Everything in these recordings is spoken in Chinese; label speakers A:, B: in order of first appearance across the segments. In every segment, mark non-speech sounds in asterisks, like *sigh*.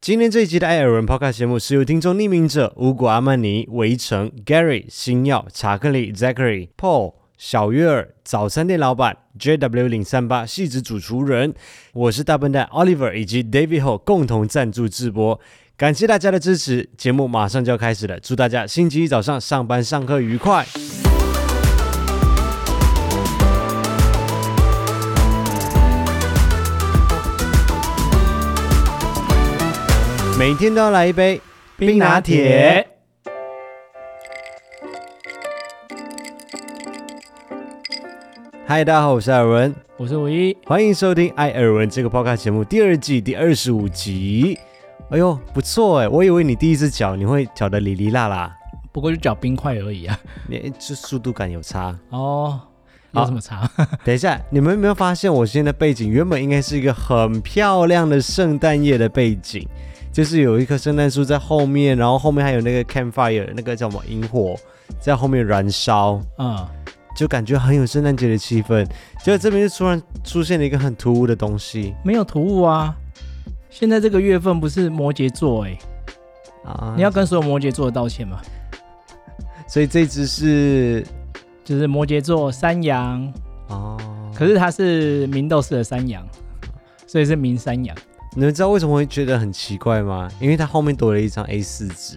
A: 今天这一集的艾尔文 Podcast 节目是由听众匿名者五谷阿曼尼、围城、Gary、星耀、查克力、Zachary、Paul、小月儿、早餐店老板、JW 零三八、戏子主厨人，我是大笨蛋 Oliver 以及 David Ho 共同赞助直播。感谢大家的支持，节目马上就要开始了，祝大家星期一早上上班上课愉快。每天都要来一杯
B: 冰拿铁。
A: 嗨，大家好，我是艾尔文，
B: 我是五一，
A: 欢迎收听《艾尔文》这个 podcast 节目第二季第二十五集。哎呦，不错哎，我以为你第一次搅你会搅得哩哩啦啦，
B: 不过就搅冰块而已啊。
A: 你这速度感有差。 *laughs*
B: 哦，
A: 好
B: 有什么差？
A: 等一下，你们有没有发现我现在背景原本应该是一个很漂亮的圣诞夜的背景，就是有一棵圣诞树在后面，然后后面还有那个 campfire 那个叫什么萤火在后面燃烧，
B: 嗯，
A: 就感觉很有圣诞节的气氛。结果这边就突然出现了一个很突兀的东西
B: 没有突兀啊。现在这个月份不是摩羯座哎、
A: 啊！
B: 你要跟所有摩羯座道歉吗？
A: 所以这只是
B: 就是摩羯座山羊，
A: 哦，
B: 可是它是明斗士的山羊，所以是明山羊。
A: 你们知道为什么会觉得很奇怪吗？因为它后面多了一张 A 4纸，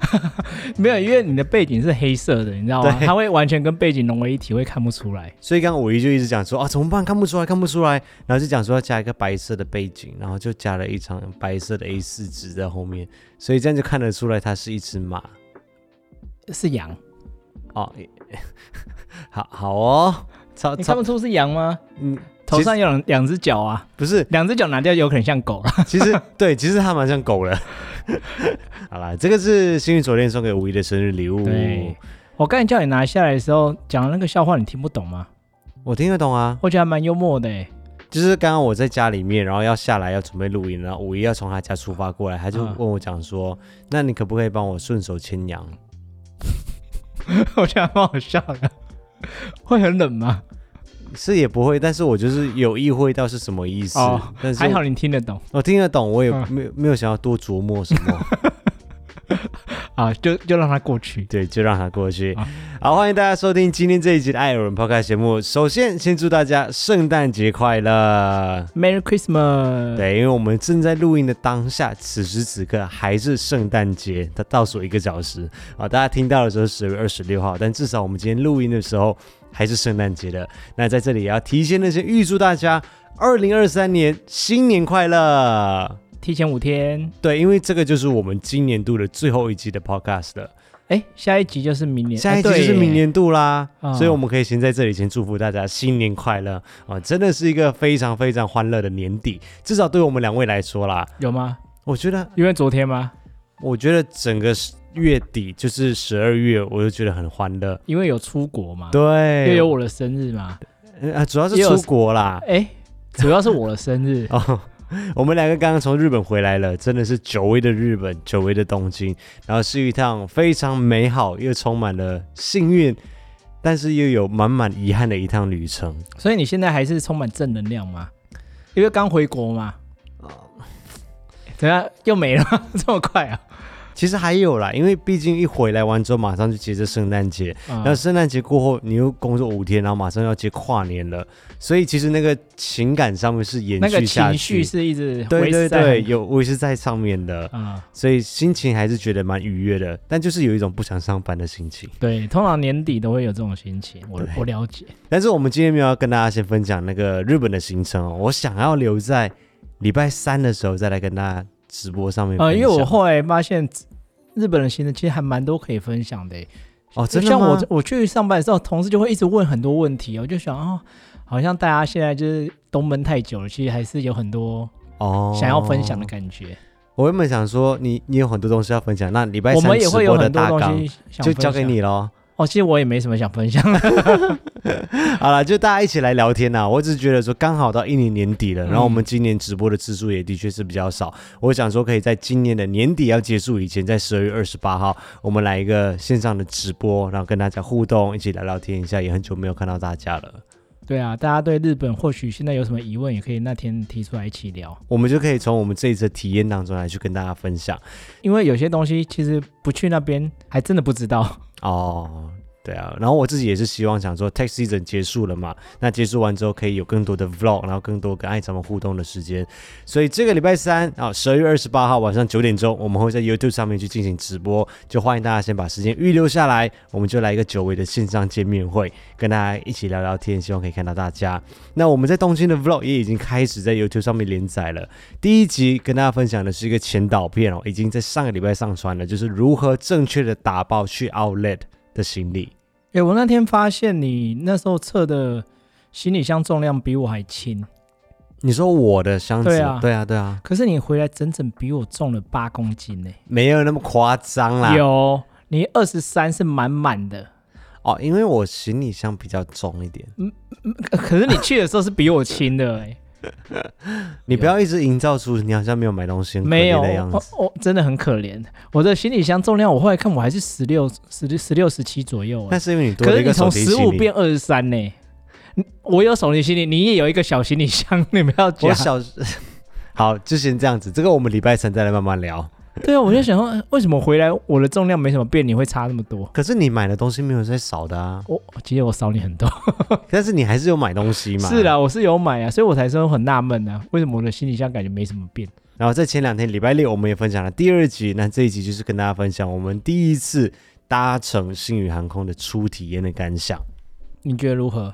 B: 没有，因为你的背景是黑色的，你知道吗？
A: 对
B: 它会完全跟背景融为一体，会看不出来。
A: 所以刚刚五一就一直讲说啊怎么办看不出来看不出来，然后就讲说要加一个白色的背景，然后就加了一张白色的 A 4纸在后面，所以这样就看得出来它是一只马
B: 是羊，
A: 哦。 *laughs* 也好好哦，超
B: 你
A: 超
B: 看不出是羊吗？
A: 嗯，
B: 头上有两两只脚啊，
A: 不是
B: 两只脚拿掉有可能像狗了。
A: 其
B: *laughs*
A: 实对，其实它蛮像狗的。 *laughs* 好啦，这个是幸运昨天送给五一的生日礼物，
B: 对我刚才叫你拿下来的时候讲的那个笑话，你听不懂吗？
A: 我听得懂啊。
B: 我觉得还蛮幽默的欸，
A: 就是刚刚我在家里面，然后要下来要准备录音，然后五一要从他家出发过来，他就
B: 嗯
A: 问我讲说：“那你可不可以帮我顺手牵羊
B: *laughs* 我觉得还蛮好笑的。 *laughs* 会很冷吗？？”
A: 是也不会，但是我就是有意会到是什么意思。
B: 哦
A: 但是
B: 还好你听得懂
A: 我听得懂，我也
B: 嗯
A: 没有、没有想要多琢磨什么，
B: 啊，就就让它过去。
A: 对，就让它过去。
B: 啊
A: 好，欢迎大家收听今天这一集的《爱有人 Podcast》节目。首先，先祝大家圣诞节快乐。
B: Merry Christmas！，
A: 对，因为我们正在录音的当下，此时此刻还是圣诞节的倒数一个小时啊！大家听到的时候十月二十六号，但至少我们今天录音的时候还是圣诞节的。那在这里也要提前的先预祝大家二零二三年新年快乐！
B: 提前五天，
A: 对，因为这个就是我们今年度的最后一期的 podcast 了，
B: 哎，下一集就是明年，
A: 下一期
B: 哎
A: 就是明。
B: 对耶
A: 年度啦，
B: 啊
A: 所以我们可以先在这里先祝福大家新年快乐啊！真的是一个非常非常欢乐的年底，至少对我们两位来说啦，
B: 有吗？
A: 我觉得
B: 因为昨天吗？
A: 我觉得整个十月底就是十二月，我就觉得很欢乐。
B: 因为有出国嘛，又
A: 对，
B: 啊有我的生日嘛。
A: 呃啊，主要是
B: 也有
A: 出国
B: *laughs*
A: 啦。，
B: 哎，主要是我的生 *laughs* 日
A: 哦，我们两个刚刚从日本回来了，真的是久违的日本，久违的东京，然后是一趟非常美好又充满了幸运，但是又有满满遗憾的一趟旅程。
B: 所以你现在还是充满正能量吗？因为刚回国嘛。哦等下又没了 *laughs* 吗，这么快啊？
A: 其实还有啦，因为毕竟一回来完之后，马上就接着圣诞节，
B: 嗯
A: 那圣诞节过后，你又工作五天，然后马上要接跨年了，所以其实那个情感上面是延
B: 那个
A: 续下
B: 情
A: 去
B: 绪。是一直
A: 对
B: 维
A: 对
B: 持在
A: 对，
B: 很
A: 有我也是在上面的，
B: 啊、
A: *laughs* 所以心情还是觉得蛮愉悦的，但就是有一种不想上班的心情。
B: 对，通常年底都会有这种心情，我
A: 对
B: 我了解。
A: 但是我们今天没有要跟大家先分享那个日本的行程哦，我想要留在礼拜三的时候再来跟大家直播上面分享。
B: 呃，因为我后来发现日本人行程其实还蛮多可以分享的耶，欸
A: 哦，真的
B: 像
A: 吗
B: 我我去上班的时候，同事就会一直问很多问题，我就想哦，好像大家现在就是都闷太久了，其实还是有很多
A: 哦
B: 想要分享的感觉。
A: 我原本想说你你有很多东西要分享，那礼拜
B: 我
A: 三
B: 们也
A: 直
B: 会有
A: 播的
B: 很多
A: 大
B: 东
A: 纲
B: 西想
A: 就交给
B: 分享。
A: 你喽。
B: 哦，其实我也没什么想分享 *laughs* 的。
A: *laughs* 好了，就大家一起来聊天呐、我只是觉得说，刚好到一年年底了，
B: 嗯
A: 然后我们今年直播的次数也的确是比较少。我想说，可以在今年的年底要结束以前，在十二月二十八号，我们来一个线上的直播，然后跟大家互动，一起聊聊天一下。也很久没有看到大家了。
B: 对啊，大家对日本或许现在有什么疑问，也可以那天提出来一起聊。
A: 我们就可以从我们这一次的体验当中来去跟大家分享
B: 因为有些东西其实不去那边还真的不知道。 *laughs*
A: 哦。对啊，然后我自己也是希望想说，tax season 结束了嘛，那结束完之后可以有更多的 vlog，然后更多跟爱咱们互动的时间。所以这个礼拜三啊，十二月二十八号晚上九点钟，我们会在 YouTube 上面去进行直播，就欢迎大家先把时间预留下来，我们就来一个久违的线上见面会，跟大家一起聊聊天，希望可以看到大家。那我们在东京的 vlog 也已经开始在 YouTube 上面连载了，第一集跟大家分享的是一个前导片哦，已经在上个礼拜上传了，就是如何正确的打包去 Outlet 的行李。
B: 哎、我那天发现你那时候测的行李箱重量比我还轻，
A: 你说我的箱子，
B: 对啊
A: 对啊，对啊
B: 可是你回来整整比我重了八公斤呢、
A: 没有那么夸张啦。
B: 有，你二十三是满
A: *laughs*
B: 满的，
A: 哦，因为我行李箱比较重一点，
B: 嗯可是你去的时候是比我轻的哎、
A: 你不要一直营造出你好像没有买东 *laughs* 西很可
B: 没有，
A: 怜的样
B: 我
A: 子。
B: 我真的很可怜。我的行李箱重量，我后来看我还是十六、十十六、十七左右、
A: 那
B: 欸。
A: 是因为你多
B: 可
A: 了
B: 是
A: 一
B: 你
A: 个手
B: 从
A: 提
B: 十
A: 行
B: 五
A: 李
B: 变。二十三呢，你我有手提行李，你也有一个小行李箱， *laughs* 你不要
A: 我
B: 讲。
A: 小 *laughs* 好，就先这样子，这个我们礼拜三再来慢慢聊。
B: 对啊，我就想说，呃为什么回来我的重量没什么变，你会差那么多？
A: 可是你买的东西没有在少的啊，
B: 我其实我少你很多。
A: 但是你还是有买啊东西嘛。
B: 是啦，我是有买啊，所以我才说很纳闷啊，为什么我的行李箱感觉没什么变？
A: 然后在前两天礼拜六，我们也分享了第二集。那这一集就是跟大家分享我们第一次搭乘星宇航空的初体验的感想，
B: 你觉得如何？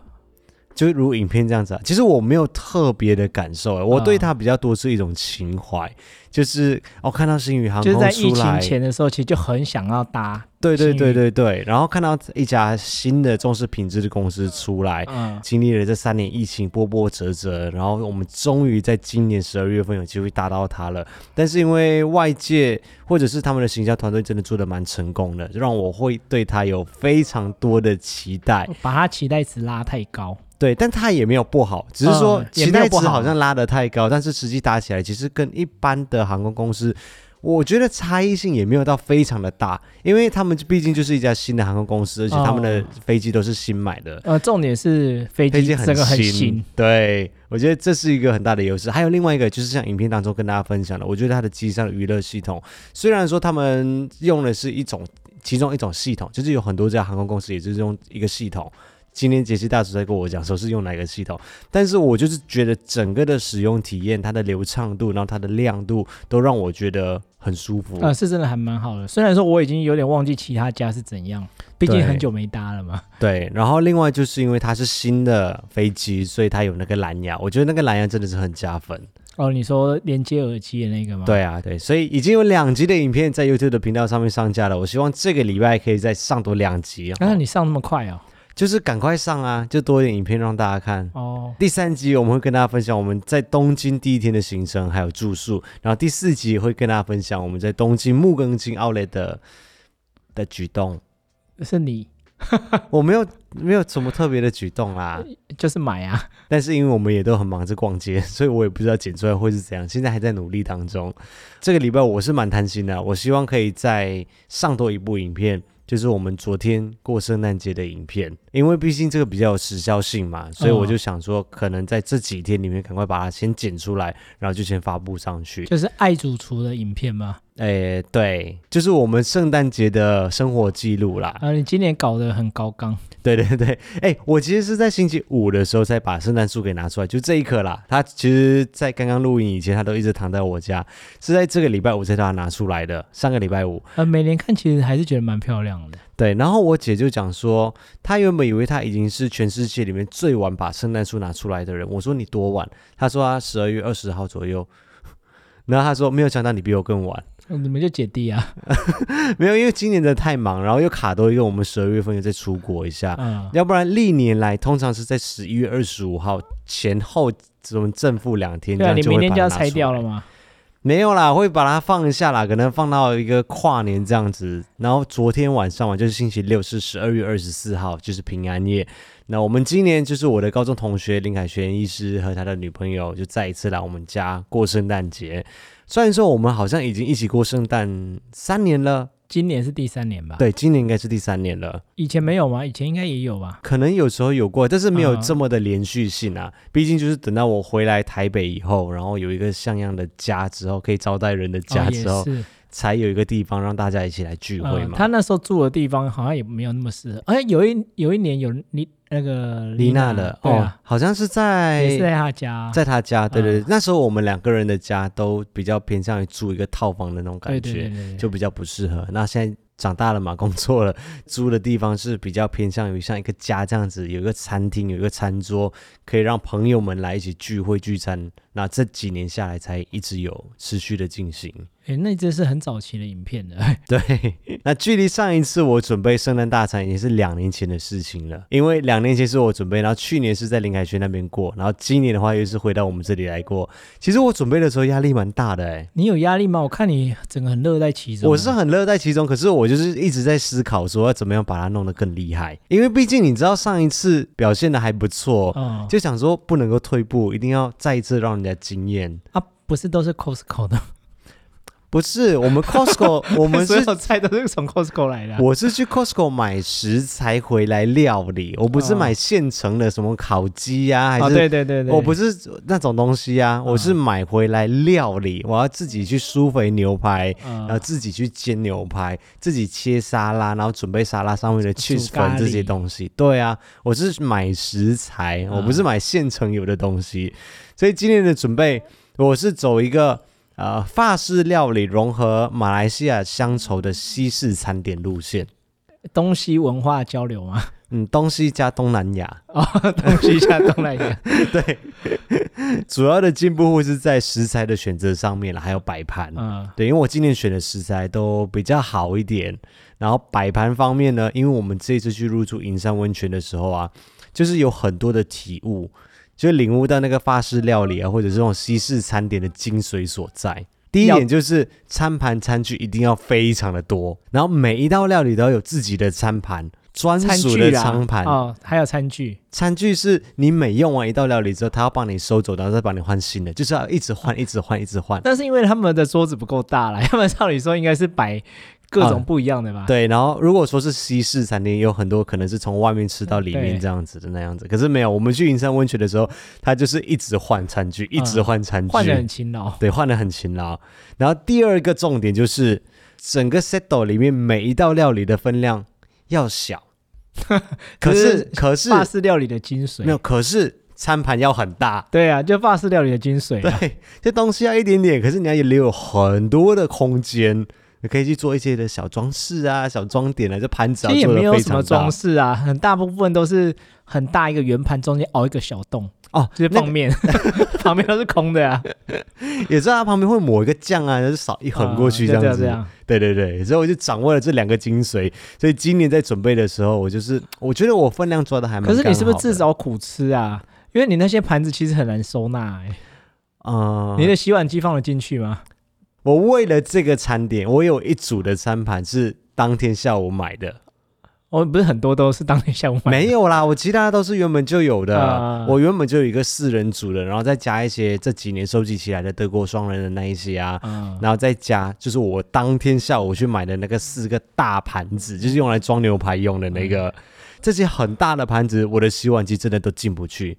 A: 就如影片这样子啊。其实我没有特别的感受，哎我
B: 嗯
A: 对它比较多是一种情怀，就是哦，看到星宇航
B: 就
A: 空
B: 是在疫
A: 出
B: 情
A: 来，
B: 前的嗯时候，其实就很想要搭，
A: 对对
B: 星宇
A: 对对对，然后看到一家新的重视品质的公司出来，
B: 嗯，
A: 经历了这三年疫情波波折折，然后我们终于在今年十二月份有机会搭到它了。但是因为外界或者是他们的行销团队真的做的蛮成功的，让我会对它有非常多的期待。
B: 把它期待值拉太高。
A: 对，但它也没有不好，只是说
B: 嗯也
A: 期
B: 没有
A: 待值
B: 不好
A: 好像拉得太高，但是实际搭起来其实跟一般的航空公司。我觉得差异性也没有到非常的大，因为他们毕竟就是一家新的航空公司，而且他们的
B: 哦
A: 飞机都是新买的，
B: 呃，重点是飞
A: 飞
B: 机
A: 机
B: 这
A: 很
B: 个很
A: 新
B: 新，，
A: 对我觉得这是一个很大的优势。还有另外一个就是像影片当中跟大家分享的，我觉得它的机上的娱乐系统，虽然说他们用的是一种其中一种系统，就是有很多家航空公司也就是用一个系统。今天杰西大叔在跟我讲说是用哪个系统，但是我就是觉得整个的使用体验、它的流畅度，然后它的亮度，都让我觉得很舒服。
B: 呃，是真的还蛮好的。虽然说我已经有点忘记其他家是怎样，毕竟
A: 对
B: 很久没搭了嘛。
A: 对，然后另外就是因为它是新的飞机，所以它有那个蓝牙，我觉得那个蓝牙真的是很加分。
B: 哦，你说连接耳机的那个吗？，
A: 对啊，对，所以已经有两集的影片在 YouTube 的频道上面上架了。我希望这个礼拜可以再上多两集啊、
B: 但是你上那么快哦。
A: 就是赶快上啊，就多一点影片让大家看。
B: 哦，
A: 第三集我们会跟大家分享我们在东京第一天的行程还有住宿，然后第四集会跟大家分享我们在东京木更津奥莱的的举动。
B: 是你
A: 我没有没有什么特别的举动啦，
B: 就是买啊。
A: 但是因为我们也都很忙着逛街， *laughs* 所以我也不知道剪出来会是怎样，现在还在努力当中。这个礼拜我是蛮贪心的，我希望可以再上多一部影片，就是我们昨天过圣诞节的影片，因为毕竟这个比较有时效性嘛，所以我就想说，可能在这几天里面赶快把它先剪出来，然后就先发布上去。
B: 就是爱主厨的影片吗？
A: 诶，对，就是我们圣诞节的生活记录啦。
B: 啊，你今年搞得很高纲，
A: *laughs* 对对对，哎、我其实是在星期五的时候才把圣诞树给拿出来，就这一刻啦。它其实，在刚刚录音以前，它都一直躺在我家，是在这个礼拜五才把它拿出来的，上个礼拜五。
B: 呃，每年看其实还是觉得蛮漂亮的。
A: 对，然后我姐就讲说，她原本以为她已经是全世界里面最晚把圣诞树拿出来的人。我说你多晚？她说她十二月二十号左右。 *laughs* 然后她说没有想到你比我更晚，
B: 呃你们就姐弟啊，
A: 没有，因为今年真的太忙，然后又卡多一个我们十二月份又再出国一下，
B: 嗯，
A: 要不然历年来通常是在十一月二十五号前后，我们正负两天这
B: 对啊，
A: 样
B: 你
A: 就
B: 明
A: 会
B: 天
A: 把
B: 就
A: 它
B: 要
A: 拿出来。
B: 拆掉了吗？
A: 没有啦，会把它放一下啦，可能放到一个跨年这样子。然后昨天晚上嘛，就是星期六是十二月二十四号，就是平安夜。那我们今年就是我的高中同学林凯旋医师和他的女朋友就再一次来我们家过圣诞节。虽然说我们好像已经一起过圣诞三年了，
B: 今年是第三年吧？，
A: 对，今年应该是第三年了，
B: 以前没有吗？以前应该也有吧？
A: 可能有时候有过，但是没有
B: 嗯
A: 这么的连续性啊。毕竟就是等到我回来台北以后，然后有一个像样的家之后，可以招待人的
B: 哦
A: 家
B: 也
A: 之后，
B: 是
A: 才有一个地方让大家一起来聚会
B: 呃
A: 嘛。
B: 他那时候住的地方好像也没有那么适合。哎，有一有一年有你那个
A: 丽娜
B: 娜
A: 的
B: 对
A: 哦
B: 啊，，
A: 好像是
B: 也是
A: 在
B: 在他家，
A: 在他家，对对对
B: 嗯，
A: 那时候我们两个人的家都比较偏向于住一个套房的那种感
B: 对对对
A: 觉，
B: 对，对
A: 就比较不适合。那现在长大了嘛，工作了，租的地方是比较偏向于像一个家这样子，有一个餐厅，有一个餐桌，可以让朋友们来一起聚会聚餐。那这几年下来才一直有持续的进行。
B: 哎，那真是很早期的影 *laughs* 片了。
A: 对，那距离上一次我准备圣诞大餐已经是两年前的事情了，因为两年前是我准备，然后去年是在林凯轩那边过，然后今年的话又是回到我们这里来过。其实我准备的时候压力蛮大的哎、
B: 你有压力吗？我看你整个很乐在其中。
A: 我是很乐在其中，可是我就是一直在思考说要怎么样把它弄得更厉害，因为毕竟你知道上一次表现的还不错，
B: 嗯，
A: 就想说不能够退步，一定要再一次让人家惊艳。
B: 啊，不是都是 Costco 的，
A: 不是
B: *laughs*
A: 我们 Costco，我们
B: 所
A: 是
B: 有菜都是从 Costco 来的啊。
A: 我是去 Costco 买食材回来料理，我不是
B: 哦
A: 买现成的什么烤鸡呀、
B: 啊，
A: 还是、
B: 对对对对，
A: 我不是那种东西啊，我是
B: 嗯
A: 买回来料理，我要自己去酥肥牛排，然后
B: 呃，
A: 自己去煎牛排，自己切沙拉，然后准备沙拉上面的
B: 煮
A: cheese
B: 咖
A: 粉这
B: 喱
A: 些东西。对啊，我是买食材，我不是
B: 嗯
A: 买现成有的东西。所以今天的准备，我是走一个呃法式料理融合马来西亚乡愁的西式餐点路线。
B: 东西文化交流嘛， *laughs*
A: 嗯，东西加东南亚， *laughs*
B: 哦，东西向东来的，
A: 对， *laughs* 主要的进步会是在食材的选择上面了，还有摆盘。
B: 嗯，
A: 对，因为我今年选的食材都比较好一点，然后摆盘方面呢，因为我们这一次去入住银山温泉的时候啊，就是有很多的体悟，就领悟到那个法式料理啊，或者是这种西式餐点的精髓所在。第一
B: 要
A: 点就是餐盘餐具一定要非常的多，然后每一道料理都要有自己的餐盘，专
B: 餐
A: 属
B: 具
A: 的
B: 啦
A: 餐盘。
B: 哦，还有餐具，
A: 餐具是你每用完一道料理之后，他要帮你收走，然后再帮你换新的，就是要一直换，一直换，一直换。
B: 但是因为他们的桌子不够大 *laughs* 了，要不然照理说应该是摆各
A: 啊
B: 种不一样的吧？
A: 对，然后如果说是西式餐厅，有很多可能是从外面吃到里面
B: 嗯对
A: 这样子的那样子。可是没有，我们去银山温泉的时候，他就是一直换餐具，一直换餐具，
B: 嗯换的很勤劳，
A: 对，换的很勤劳。然后第二个重点就是，整个 set 里面每一道料理的分量要小，
B: *laughs*
A: 可是可是
B: 法式料理的精髓，
A: 没有，可是餐盘要很大。
B: 对啊，就法式料理的精髓啊，
A: 对，这东西要一点点，可是你要留有很多的空间，你可以去做一些的小装饰啊、小装点啊，这盘子要
B: 其实也
A: 做
B: 没
A: 的
B: 有
A: 非
B: 什么
A: 常大
B: 装。饰啊，很大部分都是很大一个圆盘，中间凹一个小洞，
A: 哦，
B: 就是
A: 那个
B: 放面， *laughs* 旁边都是
A: *laughs*
B: 空的啊，
A: 也知道它旁边会抹一个酱啊，就是少一横过去
B: 啊
A: 这
B: 就
A: 样子。
B: 这样，
A: 对对对，所以我就掌握了这两个精髓。所以今年在准备的时候，我就是我觉得我分量抓的还蛮。
B: 可是你是不是自？找苦吃啊？因为你那些盘子其实很难收纳、欸，
A: 嗯，
B: 你的洗碗机放得进去吗？
A: 我为了这个餐点，我有一组的餐盘是当天下午买的，
B: 我、哦不是很多都是当天下午买的，
A: 没有啦，我其他都是原本就有的。
B: 啊
A: 我原本就有一个四人组的，然后再加一些这几年收集起来的德国双人的那一些啊，
B: 嗯，
A: 然后再加就是我当天下午去买的那个四个大盘子，就是用来装牛排用的那
B: 嗯
A: 个。这些很大的盘子，我的洗碗机真的都进不去，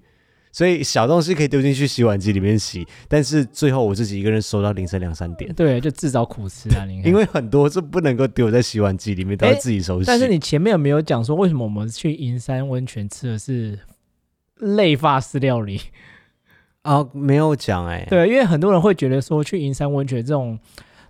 A: 所以小东西可以丢进去洗碗机里面洗，但是最后我自己一个人收到凌晨两三点，
B: 对，就自找苦吃
A: *laughs*
B: 啊，你看
A: 因。为很多是不能够丢在洗碗机里面，都要自己手洗。
B: 但是你前面有没有讲说，为什么我们去银山温泉吃的是类法式料理？
A: 啊、没有讲哎、
B: 对，因为很多人会觉得说，去银山温泉这种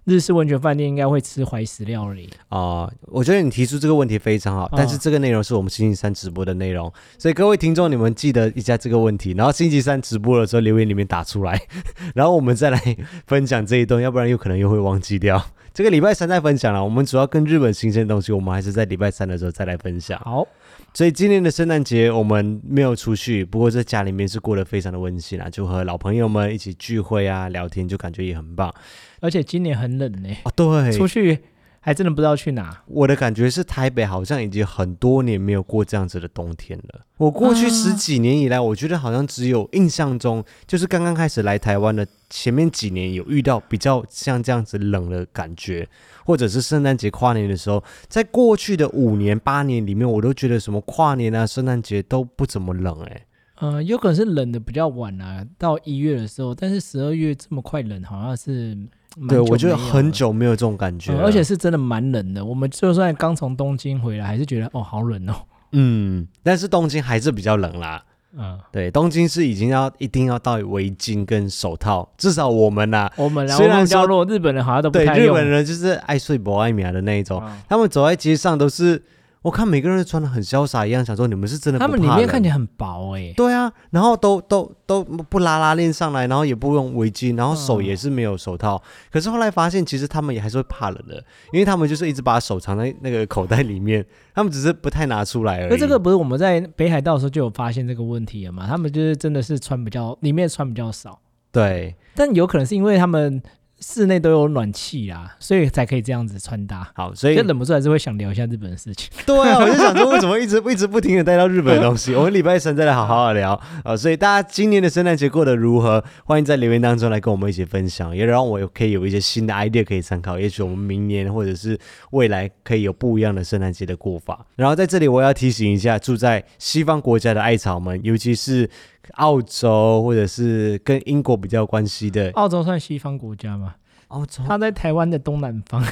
B: 日式温泉饭店应该会吃怀石料理，
A: 哦、我觉得你提出这个问题非常好，但是
B: 嗯
A: 这个内容是我们星期三直播的内容，所以各位听众你们记得一下这个问题，然后星期三直播的时候留言里面打出来， *laughs* 然后我们再来分享这一段，要不然有可能又会忘记掉。这个礼拜三再分享了，我们主要跟日本新鲜的东西，我们还是在礼拜三的时候再来分享。
B: 好，
A: 所以今年的圣诞节我们没有出去，不过在家里面是过得非常的温馨啊，就和老朋友们一起聚会啊、聊天，就感觉也很棒
B: 而且今年很冷呢、
A: 哦。对，
B: 出去还真的不知道去哪。
A: 我的感觉是，台北好像已经很多年没有过这样子的冬天了。我过
B: 啊
A: 去十几年以来，我觉得好像只有印象中，就是刚刚开始来台湾的前面几年有遇到比较像这样子冷的感觉，或者是圣诞节、跨年的时候，在过去的五年、八年里面，我都觉得什么跨年啊、圣诞节都不怎么冷哎、
B: 呃，有可能是冷的比较晚啊，到一月的时候，但是十二月这么快冷，好像是蛮
A: 对，
B: 久
A: 我觉得
B: 没有
A: 很
B: 了
A: 久没有这种感觉
B: 嗯
A: 了、
B: 而且是真的蛮冷的。我们就算刚从东京回来，还是觉得哦，好冷哦。
A: 嗯，但是东京还是比较冷啦。
B: 嗯，
A: 对，东京是已经要一定要戴围巾跟手套，至少我们啊呐、
B: 我们然后
A: 虽然
B: 比较
A: 说
B: 弱，日本人好像都不
A: 对
B: 太
A: 日
B: 用。
A: 本人哦就是爱睡不爱眠的那一种，
B: 嗯
A: 他们走在街上都是，我看每个人都穿的很潇洒一样，想说你们是真的不怕
B: 他们里面
A: 冷
B: 看起来很薄哎、
A: 对啊，然后都都都不拉拉链上来，然后也不用围巾，然后手也是没有手套。可是后来发现，其实他们也还是会怕冷的，因为他们就是一直把手藏在那个口袋里面，他们只是不太拿出来而已。
B: 那这个不是我们在北海道的时候就有发现这个问题了嘛？他们就是真的是穿比较里面穿比较少，
A: 对，
B: 但有可能是因为他们室内都有暖气啦，所以才可以这样子穿搭。
A: 好，所以
B: 就忍不住还是会想聊一下日本的事情。
A: *laughs* 对啊，我就想说，为什么一直 *laughs* 一直不停的带到日本的东西？我们礼拜三再来好好的聊啊、呃所以大家今年的圣诞节过得如何？欢迎在留言当中来跟我们一起分享，也让我有可以有一些新的 idea 可以参考。也许我们明年或者是未来可以有不一样的圣诞节的过法。然后在这里我要提醒一下，住在西方国家的艾草们，尤其是澳洲 *laughs* 或者是跟英国比较有关系的
B: *laughs*
A: 啊
B: 澳洲算西方国家吗？
A: 澳洲
B: 它在台湾的东南方，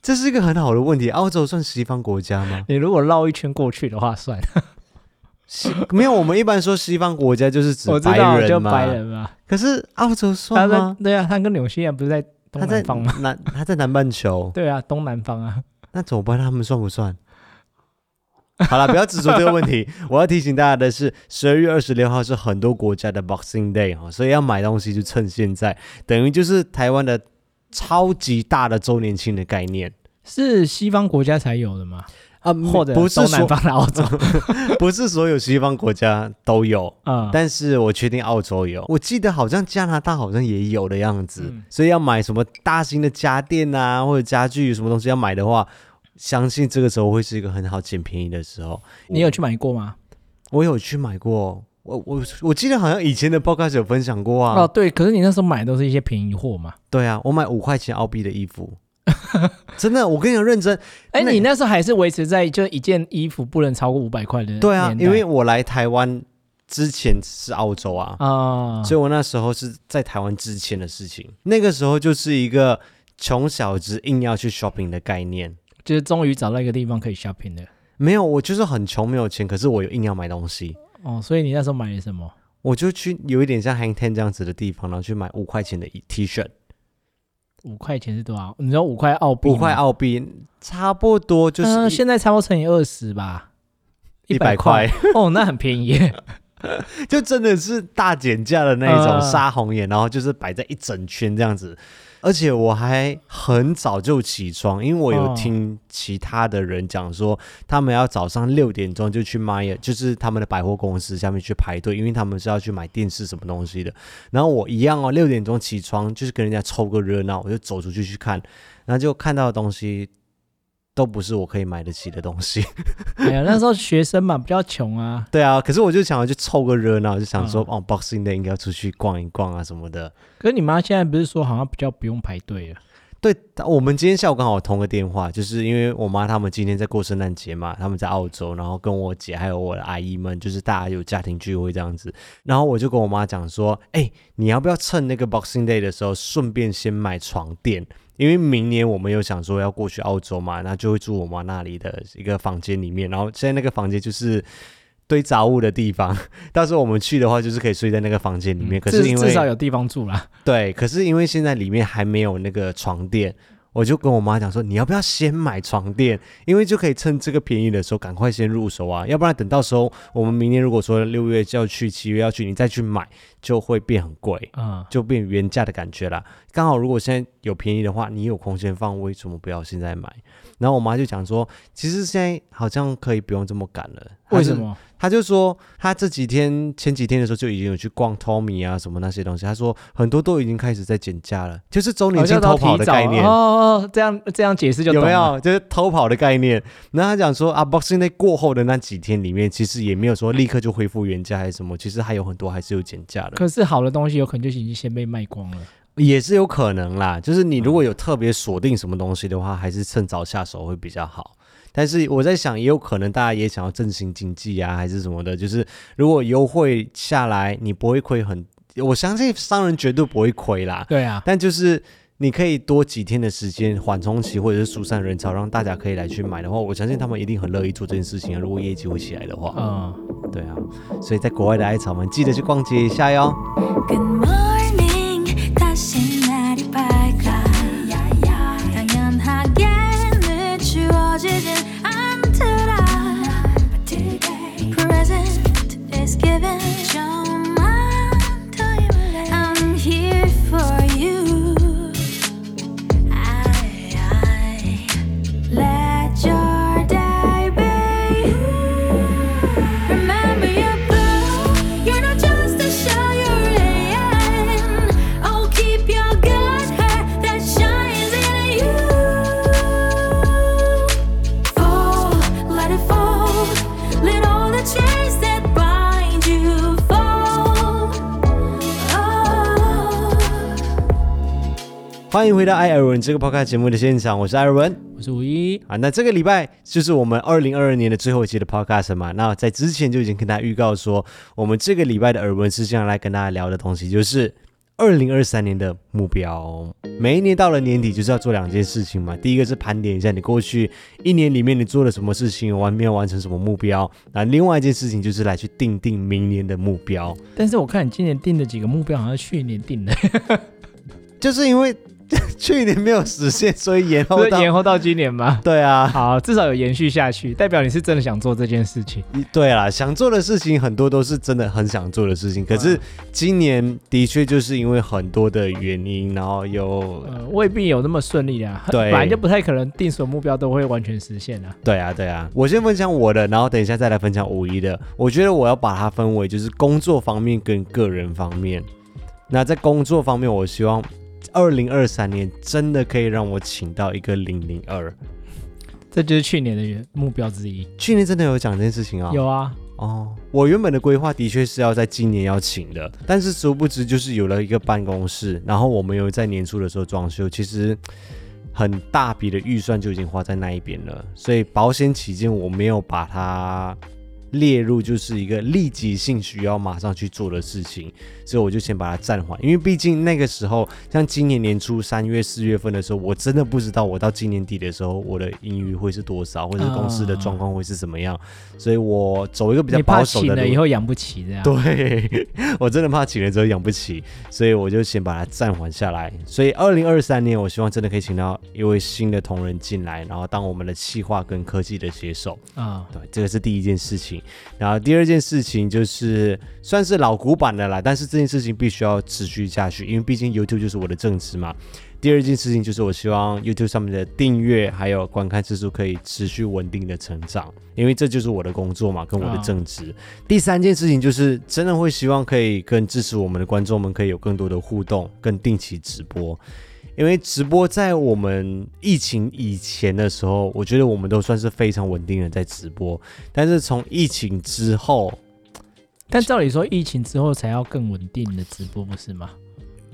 A: 这是一个很好的问题。澳洲算西方国家
B: *laughs*
A: 吗？
B: *laughs* 你如果绕一圈过去的话，算。
A: 西没有，我们一般说西方国家就是指
B: 我知
A: 白
B: 道，就
A: 人嘛。
B: 白人嘛。
A: 可是澳洲
B: 他
A: 算
B: 在
A: 吗？
B: 对啊，他跟纽西兰不是在嗯东
A: 他在
B: 南方吗？，
A: 南，他在南半球
B: 对啊，东南方啊。
A: 那怎么办？他们算不算？ *laughs* 好了，不要执着这个问题。 *laughs* 我要提醒大家的是，十二月二十六号是很多国家的 Boxing Day 哈，所以要买东西就趁现在，等于就是台湾的超级大的周年庆的概念
B: 是西方国家才有的吗？
A: 啊，
B: 或者
A: 不是
B: 东南
A: 说
B: 方的澳 *laughs* 洲？
A: 不是所有西方国家都有，
B: 嗯，
A: 但是我确定澳洲有，我记得好像加拿大好像也有的样子，
B: 嗯
A: 所以要买什么大型的家电啊，或者家具什么东西要买的话，相信这个时候会是一个很好捡便宜的时候。
B: 你有去买过吗？
A: 我有去买过，我我我记得好像以前的 podcast 有分享过啊，
B: 哦，对，可是你那时候买都是一些便宜货嘛。
A: 对啊，我买五块钱澳币的衣服， *laughs* 真的，我跟你讲认真，
B: 哎，
A: 那
B: 你那时候还是维持在就一件衣服不能超过五百块的
A: 对啊
B: 年，代
A: 因为我来台湾之前是澳洲啊，
B: 啊，
A: 所以我那时候是在台湾之前的事情，那个时候就是一个穷小子硬要去 shopping 的概念。
B: 就是终于找到一个地方可以 shopping 的。
A: 没有，我就是很穷，没有钱，可是我有硬要买东西，
B: 哦，所以你那时候买了什么？
A: 我就去有一点像 Hang Ten 这样子的地方，然后去买五块钱的 T 恤，
B: 五块钱是多少？你知道五块澳币吗？
A: 五块澳币，差不多就
B: 嗯
A: 是
B: 现在差不多乘以二十吧，
A: 一
B: 100
A: 百块， *laughs*
B: 哦，那很便宜耶。
A: 就真的是大减价的那一种
B: 嗯
A: 杀红眼，然后就是摆在一整圈这样子。而且我还很早就起床，因为我有
B: 哦
A: 听其他的人讲说，他们要早上六点钟就去 Maya，就是他们的百货公司下面去排队，因为他们是要去买电视什么东西的。然后我一样哦，六点钟起床就是跟人家凑个热闹，我就走出去去看，然后就看到的东西都不是我可以买得起的东西。
B: 哎呀，那时候学生嘛，比较穷啊。
A: 对啊，可是我就想要去凑个热闹，就想说、
B: 嗯
A: 哦，Boxing Day 应该要出去逛一逛啊什么的。
B: 可是你妈现在不是说好像比较不用排队了？
A: 对，我们今天下午刚好通个电话，就是因为我妈他们今天在过圣诞节嘛，他们在澳洲，然后跟我姐还有我的阿姨们，就是大家有家庭聚会这样子。然后我就跟我妈讲说，哎、你要不要趁那个 Boxing Day 的时候，顺便先买床垫？因为明年我们有想说要过去澳洲嘛，那就会住我妈那里的一个房间里面，然后现在那个房间就是堆杂物的地方， *laughs* 到时候我们去的话就是可以睡在那个房间里面。可是
B: 至
A: 因为
B: 嗯至少有地方住啦。
A: 对，可是因为现在里面还没有那个床垫，我就跟我妈讲说，你要不要先买床垫？因为就可以趁这个便宜的时候赶快先入手啊，要不然等到时候我们明年如果说六月就要去，七月要去，你再去买就会变很贵，
B: 嗯，
A: 就变原价的感觉啦。刚好如果现在有便宜的话，你有空间放，为什么不要现在买？然后我妈就讲说，其实现在好像可以不用这么赶了，
B: 为什？么？
A: 他就说他这几天前几天的时候就已经有去逛 Tommy 啊什么那些东西，他说很多都已经开始在减价了，就是周年
B: 好
A: 庆
B: 像
A: 偷
B: 都
A: 跑
B: 提
A: 的
B: 早
A: 概念。
B: 哦哦，哦这样这样解释就
A: 有
B: 懂
A: 没
B: 了
A: 有就是偷跑的概念？然后他讲说啊，Boxing Day 过后的那几天里面，其实也没有说立刻就恢复原价还是什么，其实还有很多还是有减价的，
B: 可是好的东西有可能就已经先被卖光了。
A: 也是有可能啦。就是你如果有特别锁定什么东西的话，还是趁早下手会比较好。但是我在想，也有可能大家也想要振兴经济啊，还是什么的。就是如果优惠下来，你不会亏很，我相信商人绝对不会亏啦。
B: 对啊，
A: 但就是你可以多几天的时间缓冲期，或者是疏散人潮，让大家可以来去买的话，我相信他们一定很乐意做这件事情啊。如果业绩会起来的话，
B: 嗯，
A: 对啊，所以在国外的艾草们记得去逛街一下哟。
C: Good morning, 다시 날이 밝아 당연하게 늦추어지진 않더라 Present is given 좀만 더 힘을 내 I'm here for you I, I let your day be. Remember your blue. You're not just a shell you're in. Oh, keep your good hair that shines in you. Fall, let it fall. Let all the chains that bind you fall. Oh.
A: 欢迎回到艾尔文这个 podcast 节目的现场，我是艾尔文。
B: 我是五一，
A: 啊，那这个礼拜就是我们二零二二年的最后一期的 podcast 嘛。那在之前就已经跟大家预告说，我们这个礼拜的耳闻是这样来跟大家聊的东西，就是二零二三年的目标。每一年到了年底就是要做两件事情嘛，第一个是盘点一下你过去一年里面你做了什么事情，完没有完成什么目标。那另外一件事情就是来去定定明年的目标，
B: 但是我看你今年定的几个目标好像去年定的，
A: 就是因为 *laughs* 去年没有实现，所以延后
B: 所
A: 哦到
B: 以。延后到今年吧。
A: 对啊，
B: 好，至少有延续下去，代表你是真的想做这件事情。
A: 对啦，想做的事情很多都是真的很想做的事情，可是今年的确就是因为很多的原因，然后有
B: 呃，未必有那么顺利啊，
A: 对
B: 本来就不太可能定所有目标都会完全实现啊。
A: 对啊对啊，我先分享我的，然后等一下再来分享五一的。我觉得我要把它分为就是工作方面跟个人方面。那在工作方面，我希望二零二三年真的可以让我请到一个零零二。
B: 这就是去年的原目标之一。
A: 去年真的有讲这件事情啊、
B: 有啊，
A: 哦，我原本的规划的确是要在今年要请的，但是殊不知就是有了一个办公室，然后我们有在年初的时候装修，其实很大笔的预算就已经花在那一边了，所以保险起见，我没有把它列入就是一个立即性需要马上去做的事情，所以我就先把它暂缓，因为毕竟那个时候，像今年年初三月、四月份的时候，我真的不知道我到今年底的时候我的盈余会是多少，或者是公司的状况会是怎么样，所以我走一个比较
B: 你
A: 保
B: 怕
A: 守
B: 请
A: 的
B: 了
A: 路
B: 以。后养不起这
A: *laughs*
B: 样。
A: 对， *laughs* 我真的怕请了之后养不起，所以我就先把它暂缓下来。所以二零二三年，我希望真的可以请到一位新的同仁进来，然后当我们的企划跟科技的携手。
B: 啊、
A: 对，这个是第一件事情。然后第二件事情就是算是老古板的啦，但是这件事情必须要持续下去，因为毕竟 YouTube 就是我的正职嘛。第二件事情就是我希望 YouTube 上面的订阅还有观看次数可以持续稳定的成长，因为这就是我的工作嘛，跟我的
B: 啊
A: 正职。第三件事情就是真的会希望可以跟支持我们的观众们可以有更多的互动，更定期直播。因为直播在我们疫情以前的时候，我觉得我们都算是非常稳定的在直播，但是从疫情之后，
B: 但照理说疫情之后才要更稳定的直播不是吗？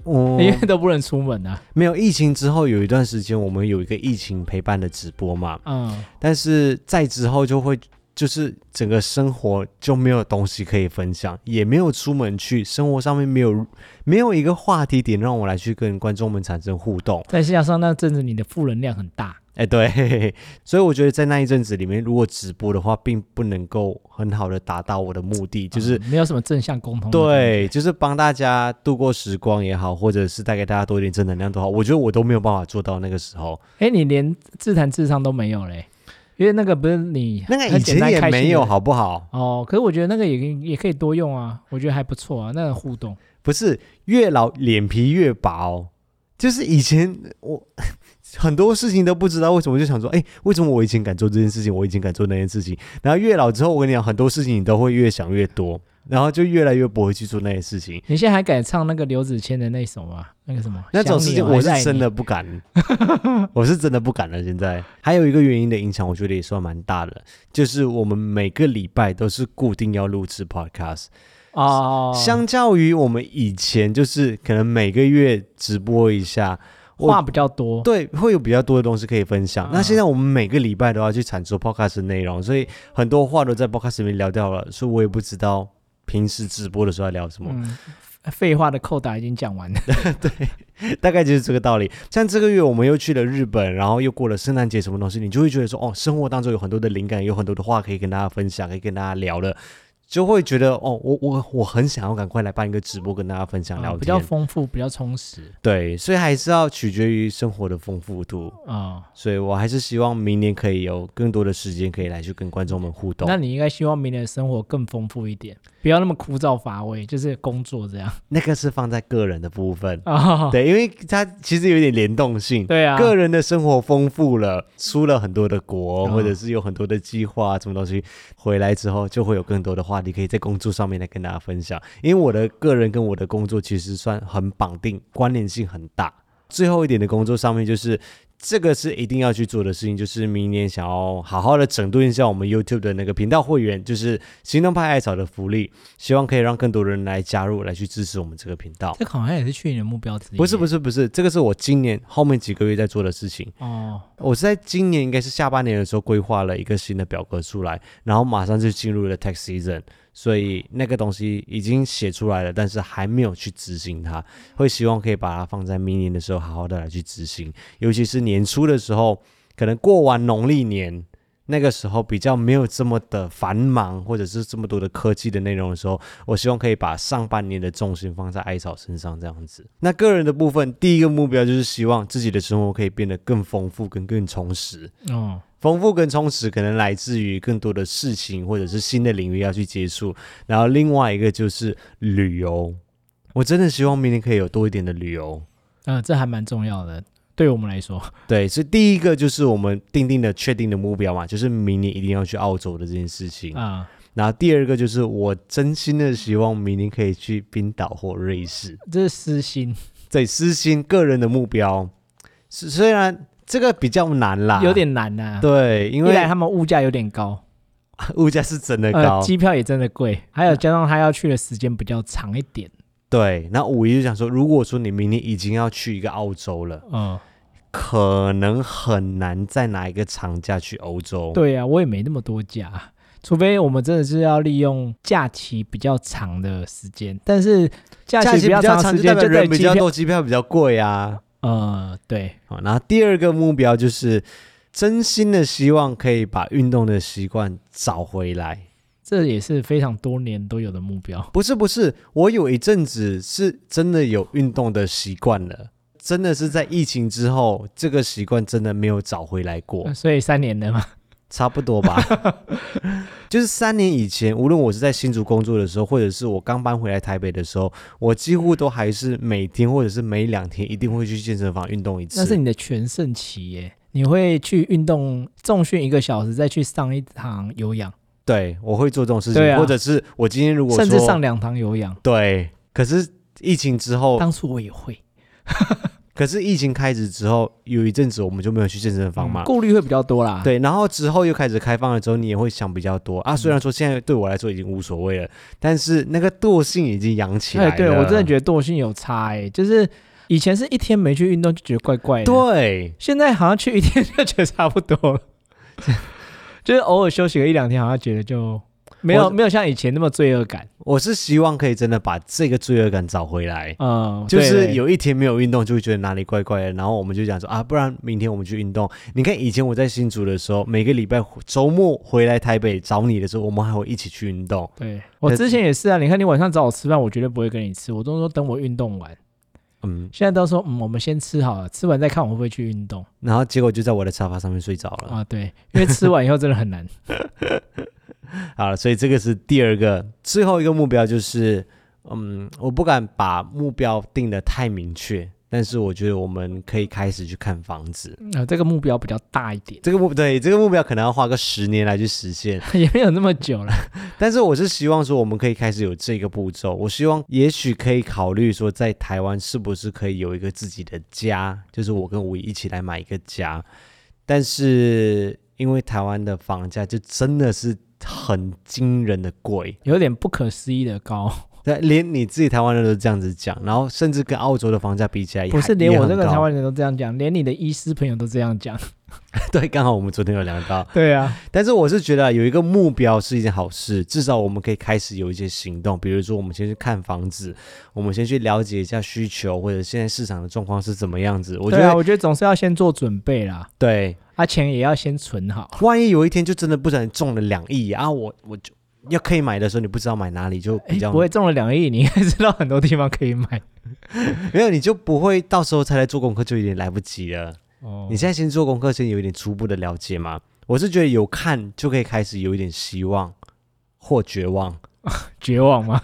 A: 我
B: 因为都不能出门啊。
A: 嗯没有疫情之后有一段时间，我们有一个疫情陪伴的直播嘛，
B: 嗯，
A: 但是在之后就会就是整个生活就没有东西可以分享，也没有出门去，生活上面没有没有一个话题点让我来去跟观众们产生互动。
B: 再加上那阵子你的负能量很大，
A: *laughs* 哎、对，所以我觉得在那一阵子里面，如果直播的话，并不能够很好的达到我的目的，就是
B: 嗯没有什么正向沟通。，
A: 对，就是帮大家度过时光也好，或者是带给大家多一点正能量都好，我觉得我都没有办法做到那个时候。
B: 哎，你连自弹自唱都没有嘞，因为那个不是你
A: 那个
B: 很
A: 以
B: 简
A: 前
B: 单
A: 也
B: 开心
A: 没有，
B: 的
A: 好不好？
B: 哦，可是我觉得那个也也可以多用啊，我觉得还不错啊，那个互动。
A: 不是，越老脸皮越薄。就是以前我 *laughs* 很多事情都不知道为什么，就想说，哎、为什么我以前敢做这件事情，我以前敢做那件事情？然后越老之后，我跟你讲，很多事情你都会越想越多，然后就越来越不会去做那些事情。
B: 你现在还敢唱那个刘子谦的那首吗？那个什么？
A: 那种事情
B: 想你哦
A: 我
B: 还
A: 是
B: 爱
A: 真
B: 你
A: 的不敢，我是真的不敢了。现在还有一个原因的影响，我觉得也算蛮大的，就是我们每个礼拜都是固定要录制 podcast。
B: 哦，
A: 相较于我们以前，就是可能每个月直播一下，我
B: 话比嗯较多，
A: 对，会有比较多的东西可以分享。那现在我们每个礼拜都要去产出 podcast 的内容，所以很多话都在 podcast 里面聊掉了，所以我也不知道平时直播的时候在聊什么。
B: 嗯，废话的扣打已经讲完了。
A: *laughs* 大概就是这个道理。像这个月我们又去了日本，然后又过了圣诞节什么东西，你就会觉得说，哦，生活当中有很多的灵感，有很多的话可以跟大家分享，可以跟大家聊了，就会觉得哦，我我我很想要赶快来办一个直播跟大家分享聊天。
B: *laughs* 比较丰富，比较充实
A: 对，所以还是要取决于生活的丰富度。
B: 啊、
A: 所以我还是希望明年可以有更多的时间可以来去跟观众们互动。
B: 那
A: 那
B: 你应该希望明年的生活更丰富一点，不要那么枯燥乏味，就是工作这样
A: 那个是放在个人的部分。
B: 啊。
A: 对，因为它其实有点联动性，
B: 对啊
A: 个人的生活丰富了，出了很多的国，
B: 嗯
A: 或者是有很多的计划，什么东西回来之后就会有更多的话题可以在工作上面来跟大家分享。因为我的个人跟我的工作其实算很绑定，关联性很大。最后一点的工作上面就是。这个是一定要去做的事情，就是明年想要好好的整顿一下我们 YouTube 的那个频道会员，就是行动派艾草的福利，希望可以让更多人来加入，来去支持我们这个频道。
B: 这个好像也是去年的目标之一。
A: 不是不
B: 是
A: 是不是，这个是我今年后面几个月在做的事情。
B: 哦，
A: 我是在今年应该是下半年的时候规划了一个新的表格出来，然后马上就进入了 tax season，所以那个东西已经写出来了，但是还没有去执行它。会希望可以把它放在明年的时候好好的来去执行，尤其是年初的时候，可能过完农历年。那个时候比较没有这么的繁忙，或者是这么多的科技的内容的时候，我希望可以把上半年的重心放在艾草身上，这样子。那个人的部分，第一个目标就是希望自己的生活可以变得更丰富、跟更充实。
B: 哦，
A: 丰富跟充实可能来自于更多的事情，或者是新的领域要去接触。然后另外一个就是旅游，我真的希望明年可以有多一点的旅游。
B: 嗯、这还蛮重要的，对我们来说，
A: 对，所以第一个就是我们定定的、确定的目标嘛，就是明年一定要去澳洲的这件事情。
B: 啊、
A: 然后第二个就是我真心的希望明年可以去冰岛或瑞士。
B: 这是私心，
A: 对，私心个人的目标，是虽然这个比较难啦，
B: 有点难呐、啊。
A: 对，因
B: 一来
A: 为
B: 他们物价有点高，
A: 物价是真的高。嗯
B: 呃，机票也真的贵，还有加上他要去的时间比较长一点，
A: 对，那五一就想说，如果说你明年已经要去一个澳洲了，
B: 嗯，
A: 可能很难再拿一个长假去欧洲。，
B: 对呀、啊，我也没那么多假，除非我们真的是要利用假期比较长的时间，但是假
A: 假
B: 期
A: 期
B: 比较
A: 较
B: 长
A: 长，就
B: 时
A: 代
B: 间
A: 表
B: 就对
A: 人比
B: 机
A: 较
B: 票，
A: 多，机票比较贵啊。
B: 呃，对，
A: 好，然后第二个目标就是真心的希望可以把运动的习惯找回来。
B: 这也是非常多年都有的目标。
A: 不是不是，我有一阵子是真的有运动的习惯了，真的是在疫情之后，这个习惯真的没有找回来过
B: 呃，所以三年了嘛，
A: 差不多
B: *laughs*
A: 吧。就是三年以前，无论我是在新竹工作的时候，或者是我刚搬回来台北的时候，我几乎都还是每天或者是每两天一定会去健身房运动一次。
B: 那是你的全盛期耶！你会去运动重训一个小时，再去上一堂有氧，
A: 对，我会做这种事情，
B: 对啊
A: 或者是我今天如果说
B: 甚至上两堂有氧。
A: 对，可是疫情之后，
B: 当初我也会，
A: 可是疫情开始之后，有一阵子我们就没有去健身房嘛。
B: 嗯顾虑会比较多啦。，
A: 对，然后之后又开始开放了之后，你也会想比较多
B: 嗯
A: 啊。虽然说现在对我来说已经无所谓了，但是那个惰性已经养起来
B: 哎，
A: 了。
B: 对我真的觉得惰性有差哎，就是以前是一天没去运动就觉得怪怪的，
A: 对啊
B: 现在好像去一天就觉得差不多了， *laughs* 就是偶尔休息个一两天，好像觉得就没有
A: 我
B: 没有像以前那么罪恶感。
A: 我是希望可以真的把这个罪恶感找回来。
B: 嗯，
A: 就
B: 对
A: 是有一天没有运动，就会觉得哪里怪怪的，然后我们就讲说啊，不然明天我们去运动。你看以前我在新竹的时候，每个礼拜周末回来台北找你的时候，我们还会一起去运动。
B: 对我
A: 但
B: 之前也是啊，你看你晚上找我吃饭，我绝对不会跟你吃，我都说等我运动完。
A: 嗯，
B: 现在都说，嗯，我们先吃好了，吃完再看我会不会去运动
A: 然后结果就在我的沙发上面睡着了。
B: 啊？对，因为吃完以后真的很难。 *laughs*
A: 好了，所以这个是第二个，最后一个目标就是，嗯，我不敢把目标定得太明确，但是我觉得我们可以开始去看房子。
B: 呃，这个目标比较大一点， *laughs*
A: 这个目对这个目标可能要花个十年来去实现，
B: 也没有那么久了。
A: 但是我是希望说我们可以开始有这个步骤。我希望也许可以考虑说，在台湾是不是可以有一个自己的家，就是我跟吴怡一起来买一个家。但是因为台湾的房价就真的是很惊人的贵，
B: 有点不可思议的高，
A: 对，连你自己台湾人都这样子讲，然后甚至跟澳洲的房价比起来也还，
B: 不是连
A: 哎也
B: 我
A: 很
B: 这个
A: 高
B: 台湾人都这样讲，连你的医师朋友都这样
A: *laughs*
B: 讲。
A: 对，刚好我们昨天有聊到，
B: 对啊，
A: 但是我是觉得有一个目标是一件好事，至少我们可以开始有一些行动，比如说我们先去看房子，我们先去了解一下需求或者现在市场的状况是怎么样子。我觉
B: 对
A: 得
B: 啊，我觉得总是要先做准备啦，
A: 对
B: 啊，钱也要先存好。
A: 万一有一天就真的不小心中了两亿啊，我我就要可以买的时候，你不知道买哪里就
B: 哎
A: 比，较
B: 不会中了两亿，你应该知道很多地方可以买。
A: 没有，你就不会到时候才来做功课就有点来不及了。
B: 哦
A: 你现在先做功课，先有一点初步的了解嘛。我是觉得有看就可以开始有一点希望或绝望。
B: 绝
A: *laughs*
B: 望吗？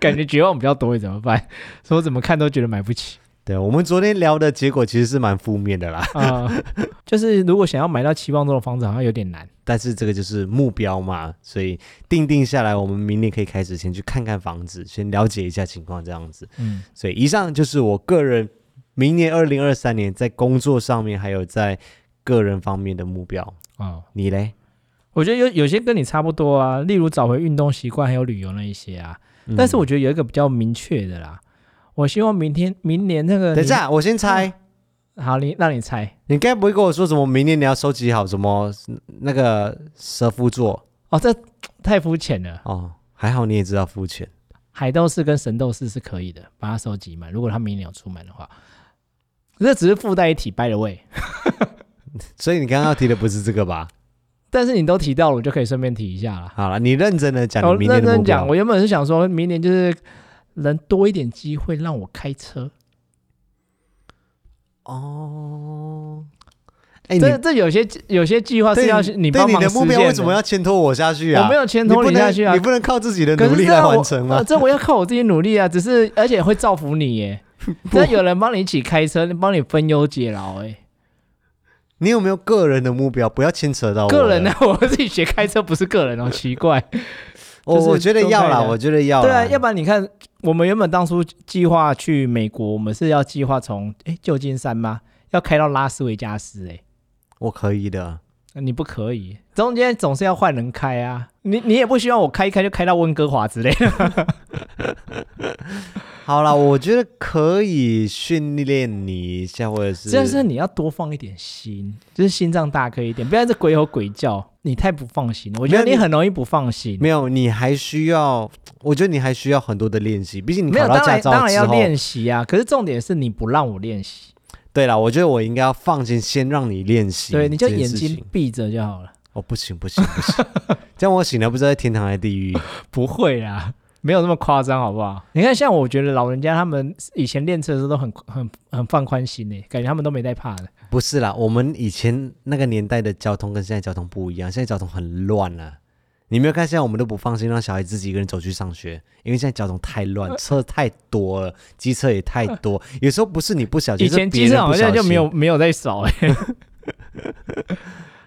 B: 感觉绝望比较多，怎么办？说怎么看都觉得买不起
A: 对我们昨天聊的结果其实是蛮负面的啦。 *laughs*
B: 啊、 *laughs* 就是如果想要买到期望中的房子，好像有点难。
A: 但是这个就是目标嘛，所以定定下来，我们明年可以开始先去看看房子，先了解一下情况这样子。
B: 嗯，
A: 所以以上就是我个人明年二零二三年在工作上面还有在个人方面的目标。
B: 哦，
A: 你嘞？
B: 我觉得有有些跟你差不多啊，例如找回运动习惯，还有旅游那一些啊。
A: 嗯
B: 但是我觉得有一个比较明确的啦，我希望明天、明年那个
A: 嗯等一下，我先猜，
B: 你，好，你让你猜
A: 你该不会跟我说什么明年你要收集好什么那个蛇夫座
B: 哦，这太肤浅了。
A: 哦？还好你也知道肤浅，
B: 海斗士跟神斗士是可以的，把它收集满。如果他明年有出门的话，这只是附带一体，by the way。
A: 所以你刚刚提的不是这个吧？ *laughs*
B: 但是你都提到了，我就可以顺便提一下啦。
A: 好了，你认真的讲
B: 我
A: 你明年
B: 认
A: 的目
B: 真
A: 标。
B: 讲，我原本是想说明年就是能多一点机会让我开车，
A: 哦，哎、你
B: 这这有些有些计划
A: 对
B: 是要
A: 你
B: 你
A: 对
B: 帮
A: 你
B: 忙
A: 的目标
B: 实现
A: 为什么要牵拖我下去啊？
B: 我没有牵拖
A: 不
B: 你
A: 能
B: 下去啊
A: 你不能靠自己的
B: 可
A: 努
B: 是
A: 力
B: 这
A: 来
B: 样我
A: 完成吗
B: 呃？这我要靠我自己努力啊，只是而且会造福你
A: *laughs*
B: 耶。这有人帮你一起开车，帮你分忧解劳哎。
A: 你有没有个人的目标？不要牵扯到我
B: 个人
A: 呢
B: 啊呢、，我自己学开车不是个
A: *laughs*
B: 人哦，奇怪。
A: 我
B: 就是
A: 哦我觉得要啦，
B: 公开的
A: 我觉得要啦。
B: 对啊，要不然你看，我们原本当初计划去美国，我们是要计划从哎旧金山吗？要开到拉斯维加斯哎、
A: 我可以的。
B: 你不可以，中间总是要换人开啊。你你也不希望我开一开就开到温哥华之类的。
A: 好啦，我觉得可以训练你一下，或者是
B: 就是你要多放一点心，就是心脏大颗一点，不要这鬼吼鬼叫，你太不放心了。我觉得
A: 没有
B: 你很容易不放心。
A: 没有，你还需要，我觉得你还需要很多的练习。毕竟你
B: 没有，
A: 考到
B: 当
A: 驾
B: 然
A: 照
B: 当然
A: 之
B: 要
A: 后，
B: 练习啊。可是重点是你不让我练习，
A: 对啦，我觉得我应该要放心，先让你练习这件事情。
B: 对，你就眼睛闭着就好了。
A: 哦，不行不行不行，这样我醒来不知道在天堂还是地狱。
B: 不会啦，没有那么夸张，好不好？你看，像我觉得老人家他们以前练车的时候都很很很放宽心呢、感觉他们都没在怕的。
A: 不是啦，我们以前那个年代的交通跟现在交通不一样，现在交通很乱了、你没有看，现在我们都不放心让小孩自己一个人走去上学，因为现在交通太乱，车太多了，机车也太多。有时候不是你不小心，
B: 以
A: 是
B: 前
A: 别
B: 机
A: 人
B: 车好
A: 不小
B: 像
A: 心
B: 就没有。没有在少哎、
A: *laughs*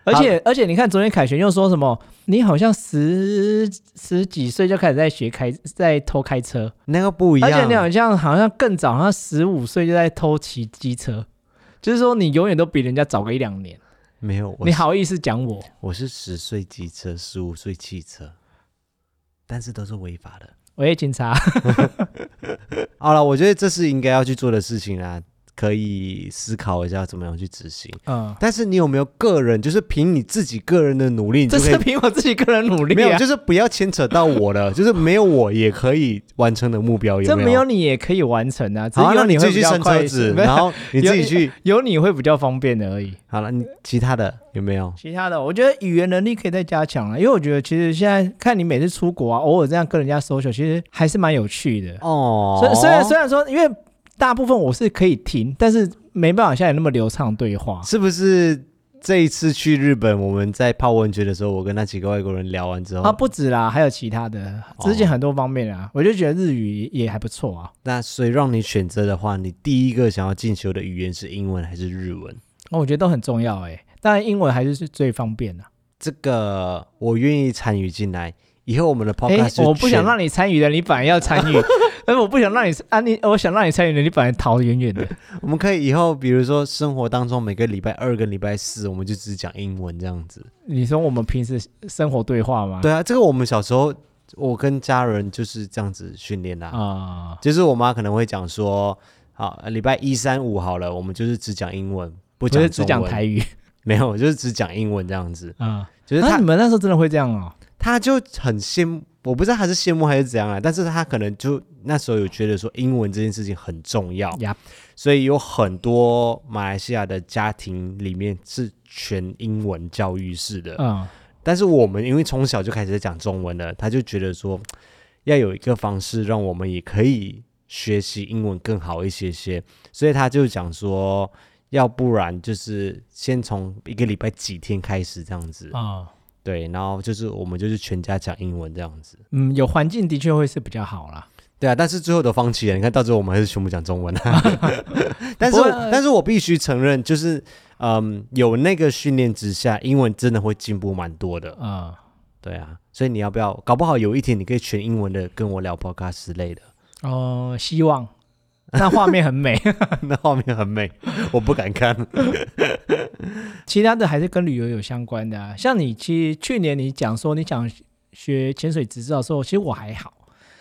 B: 而且而且你看，昨天凯旋又说什么？你好像十十几岁就开始在学开，在偷开车，
A: 那个不一
B: 而且你
A: 样，
B: 好像好像更早，好像十五岁就在偷骑机车，就是说你永远都比人家早个一两年。
A: 没有我
B: 你
A: 是，
B: 好意思讲我？
A: 我是十岁机车，十五岁汽车，但是都是违法的。
B: 我也警察。
A: 好了，我觉得这是应该要去做的事情啦，可以思考一下怎么样去执行。
B: 嗯，
A: 但是你有没有个人，就是凭你自己个人的努力，你
B: 这
A: 就可以
B: 是凭我自己个人努力、啊，
A: 没有，就是不要牵扯到我了，就是没有我也可以完成的目标，有
B: 这
A: 没有？
B: 没有你也可以完成啊，只
A: 好，
B: 是
A: 那
B: 有
A: 你自
B: 会
A: 己去
B: 比较
A: 生
B: 快
A: 车子，
B: 没有
A: 然后你自己去。
B: 有你会比较方便的而已。
A: 好了，你其他的有没有？
B: 其他的，我觉得语言能力可以再加强啊了，因为我觉得其实现在看你每次出国啊，偶尔这样跟人家 social，其实还是蛮有趣的。
A: 哦，
B: 虽、虽然虽然说，因为大部分我是可以听，但是没办法像你那么流畅地对话。
A: 是不是这一次去日本，我们在泡温泉的时候，我跟那几个外国人聊完之后，
B: 啊，不止啦，还有其他的，
A: 哦
B: 之前很多方面啊，我就觉得日语也还不错啊。
A: 那所以让你选择的话，你第一个想要进修的语言是英文还是日文？
B: 哦，我觉得都很重要哎、当然英文还是是最方便啊的、
A: 这个我愿意参与进来。以后我们的
B: 哎、
A: podcast 就
B: 我不想
A: 全
B: 让你参与的，你反而要参
A: *laughs*
B: 与；而我不想让你啊，你我想让你参与的，你反而逃得远远的。
A: 我们可以以后，比如说生活当中每个礼拜二跟礼拜四，我们就只讲英文这样子。
B: 你说我们平时生活对话吗？
A: 对啊，这个我们小时候，我跟家人就是这样子训练啦、
B: 啊、
A: 就是我妈可能会讲说，好，呃礼拜一、三、五好了，我们就是只讲英文，不
B: 我就
A: 讲
B: 是只讲
A: 中文
B: 台，语
A: *laughs* 没有，就是只讲英文这样子。
B: 啊。
A: 就是
B: 那、
A: 她，
B: 你们那时候真的会这样哦？
A: 她就很羡慕，我不知道她是羡慕还是怎样啊，但是她可能就那时候有觉得说英文这件事情很重要，
B: 呀，
A: 所以有很多马来西亚的家庭里面是全英文教育式的。
B: 嗯，
A: 但是我们因为从小就开始在讲中文了，他就觉得说要有一个方式让我们也可以学习英文更好一些些，所以他就讲说，要不然就是先从一个礼拜几天开始这样子，
B: 啊，
A: 对，然后就是我们就是全家讲英文这样子，
B: 嗯，有环境的确会是比较好啦。
A: 对啊，但是最后都放弃了，你看到最后我们还是全部讲中文、啊，
B: *laughs*
A: 但是
B: 不过
A: 但是我必须承认，就是嗯，有那个训练之下，英文真的会进步蛮多的。
B: 嗯，
A: 对啊，所以你要不要？搞不好有一天你可以全英文的跟我聊 podcast 之类的， *laughs*
B: 哦、希望那画面很美， *laughs*
A: 那画面很美， *laughs* 我不敢看。
B: 其他的还是跟旅游有相关的啊。像你其实去年你讲说你想学潜水执照的时候，其实我还好，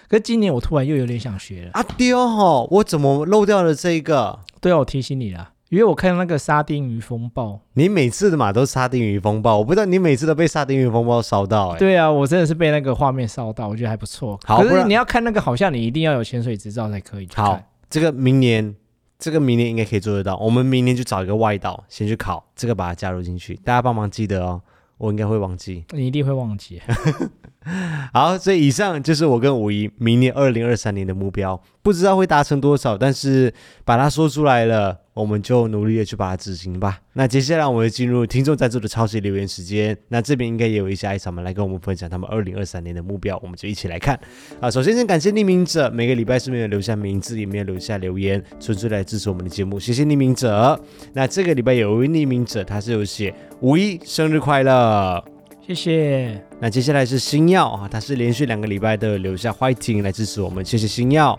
B: 可是今年我突然又有点想学了。
A: *laughs* 啊丢吼，我怎么漏掉了这一个？
B: 对啊，我提醒你了，因为我看那个沙丁鱼风暴，
A: 你每次的嘛都是沙丁鱼风暴，我不知道你每次都被沙丁鱼风暴烧到哎、
B: 对啊，我真的是被那个画面烧到，我觉得还不错。
A: 好
B: 可
A: 不
B: 是
A: 然
B: 你要看那个，好像你一定要有潜水执照才可以去看。
A: 好，这个明年，这个明年应该可以做得到。我们明年就找一个外岛先去考，这个把它加入进去，大家帮忙记得哦。我应该会忘记。
B: 你一定会忘记。
A: 好，所以以上就是我跟五一明年二零二三年的目标，不知道会达成多少，但是把它说出来了，我们就努力的去把它执行吧。那接下来我们进入听众赞助的超级留言时间，那这边应该也有一些艾草们来跟我们分享他们二零二三年的目标，我们就一起来看。啊，首先先感谢匿名者，每个礼拜是没有留下名字，也没有留下留言，纯粹来支持我们的节目，谢谢匿名者。那这个礼拜有一位匿名者，他是有写五一生日快乐。
B: 谢谢，
A: 那接下来是星耀啊，他是连续两个礼拜都有留下 fighting 来支持我们，谢谢星耀。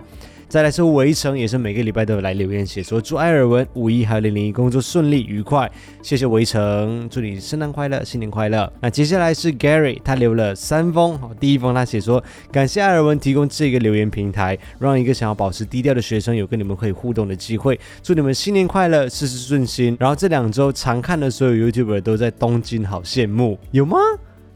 A: 再来是围城，也是每个礼拜都有来留言写说祝艾尔文五一还有零零一工作顺利愉快，谢谢围城，祝你圣诞快乐，新年快乐。那接下来是 Gary，他留了三封，好，第一封他写说感谢艾尔文提供这个留言平台，让一个想要保持低调的学生有跟你们可以互动的机会，祝你们新年快乐，事事顺心。然后这两周常看的所有 YouTuber 都在东京，好羡慕，有吗？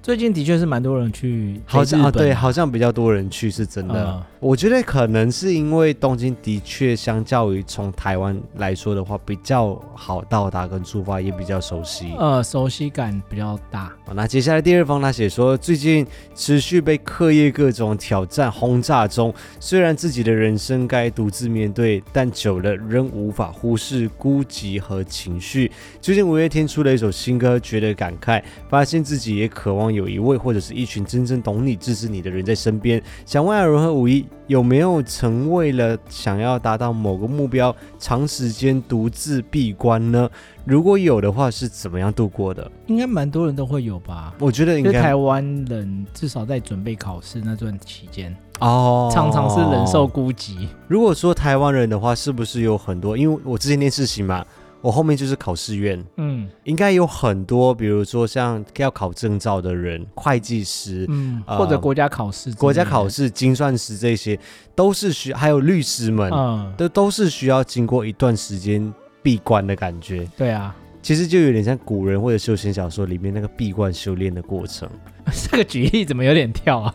B: 最近的确是蛮多人去
A: 好像
B: 日
A: 啊，
B: 本
A: 对，好像比较多人去，是真的。
B: 嗯
A: 我觉得可能是因为东京的确相较于从台湾来说的话，比较好到达跟出发，也比较熟悉。
B: 呃熟悉感比较大。
A: 好那接下来第二封他写说，最近持续被课业各种挑战轰炸中，虽然自己的人生该独自面对，但久了仍无法忽视孤寂和情绪。最近五月天出了一首新歌，觉得感慨，发现自己也渴望有一位或者是一群真正懂你、支持你的人在身边。想问艾伦和五一，有没有曾为了想要达到某个目标，长时间独自闭关呢？如果有的话，是怎么样度过的？
B: 应该蛮多人都会有吧。
A: 我觉得应
B: 因为
A: 该
B: 台湾人至少在准备考试那段期间，
A: 哦，
B: 常常是忍受。孤寂。
A: 如果说台湾人的话，是不是有很多？因为我之前念事情嘛，我后面就是考试院，
B: 嗯
A: 应该有很多，比如说像要考证照的人、会计师、
B: 嗯，
A: 呃
B: 或者国家考试之类的，
A: 国家考试、精算师这些，都是需还有律师们，
B: 嗯，
A: 都都是需要经过一段时间闭关的感觉。
B: 对啊， *laughs*
A: 其实就有点像古人或者修仙小说里面那个闭关修炼的过程。
B: 这个举例怎么有点跳啊？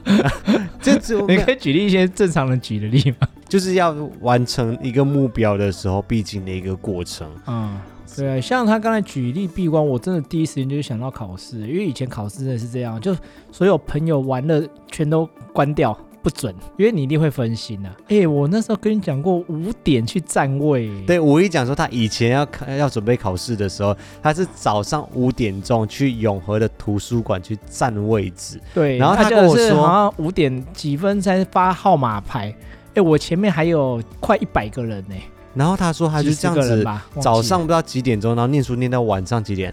A: 这
B: *laughs*
A: 只有
B: 你可以举例一些正常人举的例吗？
A: 就是要完成一个目标的时候必经的一个过程。
B: 嗯，对啊，像他刚才举例闭关，我真的第一时间就是想到考试，因为以前考试真的是这样，就所有朋友玩乐全都关掉，不准，因为你一定会分心啊。哎、我那时候跟你讲过五点去站位、
A: 嗯对，五一讲说他以前要考要准备考试的时候，他是早上五点钟去永和的图书馆去占位置，
B: 对，
A: 然后他
B: 就
A: 跟我
B: 是
A: 说
B: 好像五点几分才发号码牌。哎、我前面还有快一百个人呢、
A: 然后他说他就
B: 70
A: 这样
B: 个人
A: 子，
B: 吧，忘记
A: 早
B: 了
A: 上不知道几点钟，然后念书念到晚上几点，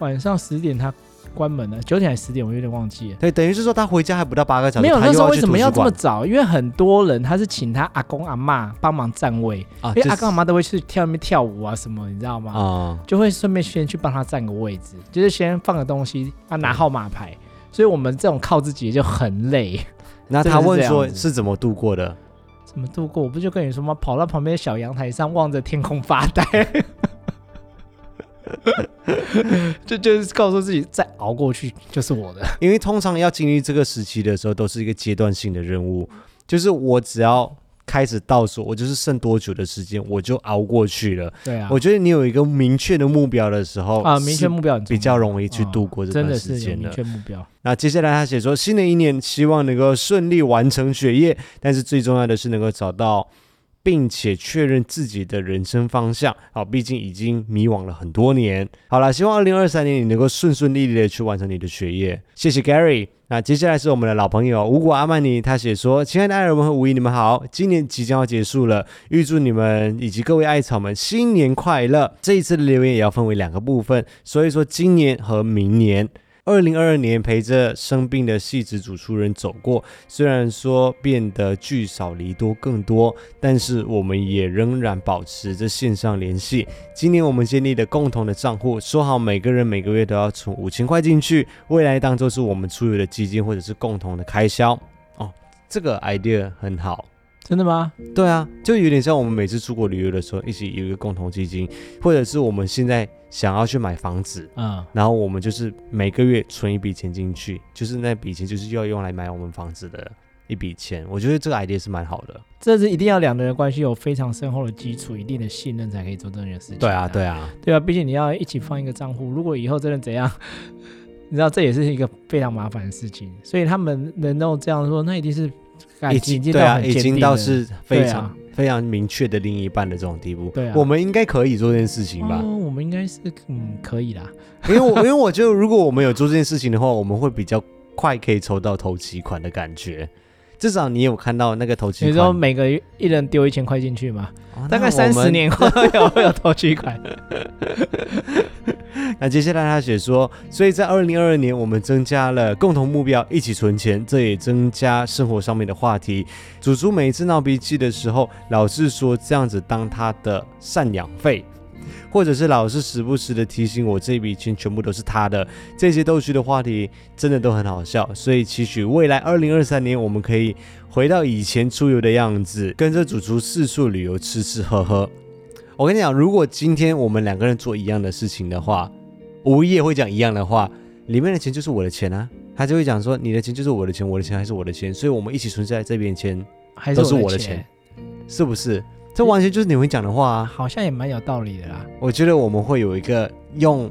B: 晚上十点他关门了，九点还是十点，我有点忘记了。
A: 对，等于是说他回家还不到八个小时，
B: 没有
A: 他
B: 那
A: 又
B: 时候
A: 要
B: 为
A: 去
B: 什
A: 图
B: 么
A: 书
B: 要这么
A: 馆
B: 早？因为很多人他是请他阿公阿妈帮忙占位，
A: 啊？
B: 因为
A: 这
B: 阿公阿
A: 是
B: 妈都会去跳那边跳舞啊什么，你知道吗？
A: 啊，
B: 就会顺便先去帮他占个位置，就是先放个东西，他拿号码牌。
A: 嗯
B: 所以我们这种靠自己就很累，
A: 那
B: 真的
A: 他
B: 是
A: 问
B: 这样
A: 说
B: 子
A: 是怎么度过的？
B: 怎么度过？我不就跟你说吗？跑到旁边小阳台上望着天空发呆，
A: *laughs*
B: 就就是告诉自己再熬过去就是我的。
A: 因为通常要经历这个时期的时候，都是一个阶段性的任务，就是我只要开始倒数，我就是剩多久的时间，我就熬过去了。
B: 对啊，
A: 我觉得你有一个明确的目标的时候
B: 啊，明确目标很重
A: 比
B: 要啊
A: 较容易去度过这
B: 真
A: 段
B: 的
A: 时
B: 是有
A: 间
B: 明
A: 了。
B: 确目标。
A: 那接下来他写说，新的一年希望能够顺利完成学业，但是最重要的是能够找到并且确认自己的人生方向。好，毕竟已经迷惘了很多年。好了，希望二零二三年你能够顺顺利利的去完成你的学业。谢谢 Gary。那接下来是我们的老朋友五谷阿曼尼，他写说：“亲爱的艾尔文和五一，你们好，今年即将要结束了，预祝你们以及各位艾草们新年快乐。”这一次的留言也要分为两个部分，所以说今年和明年。二零二二年陪着生病的戏子主厨人走过，虽然说变得聚少离多更多，但是我们也仍然保持着线上联系。今年我们建立了共同的账户，说好每个人每个月都要存五千块进去，未来当做是我们出游的基金或者是共同的开销。哦，这个 idea 很好。
B: 真的吗？
A: 对啊，就有点像我们每次出国旅游的时候，一起有一个共同基金，或者是我们现在想要去买房子，
B: 嗯，
A: 然后我们就是每个月存一笔钱进去，就是那笔钱就是要用来买我们房子的一笔钱。我觉得这个 idea 是蛮好的。
B: 这是一定要两个人关系有非常深厚的基础，一定的信任才可以做这件事情。
A: 对啊，，对啊，
B: 对啊，毕竟你要一起放一个账户，如果以后真的怎样，你知道这也是一个非常麻烦的事情，所以他们能够这样说，那一定是感
A: 已
B: 情已
A: 经
B: 经
A: 对
B: 到
A: 啊，
B: 很
A: 已
B: 坚
A: 经
B: 定
A: 到
B: 了
A: 是非
B: 对啊
A: 常、非常明确的另一半的这种地步。
B: 对啊
A: 我们应该可以做这件事情吧？
B: 哦，我们应该是嗯可以啦，
A: 因为我 *laughs* 因为我觉得如果我们有做这件事情的话，我们会比较快可以筹到头期款的感觉。至少你有看到那个头期
B: 你
A: 款，
B: 说每个月一人丢一千块进去嘛，
A: 哦
B: 大
A: 那
B: 概
A: 我
B: 三
A: 们 *laughs*
B: 十年后会有会有投取款。
A: *laughs* 那接下来他写说，所以在二零二二年，我们增加了共同目标，一起存钱，这也增加生活上面的话题。祖祖每一次闹脾气的时候，老是说这样子当他的赡养费。或者是老是时不时的提醒我这笔钱全部都是他的，这些逗趣的话题真的都很好笑，所以期许未来二零二三年我们可以回到以前出游的样子，跟着主厨四处旅游，吃吃喝喝。我跟你讲，如果今天我们两个人做一样的事情的话，无业会讲一样的话，里面的钱就是我的钱啊，他就会讲说你的钱就是我的钱，我的钱还是我的钱，所以我们一起存在这边的钱，
B: 还
A: 都
B: 是
A: 是我的
B: 的
A: 钱，是不是？这完全就是你会讲的话啊！
B: 好像也蛮有道理的啦。
A: 我觉得我们会有一个用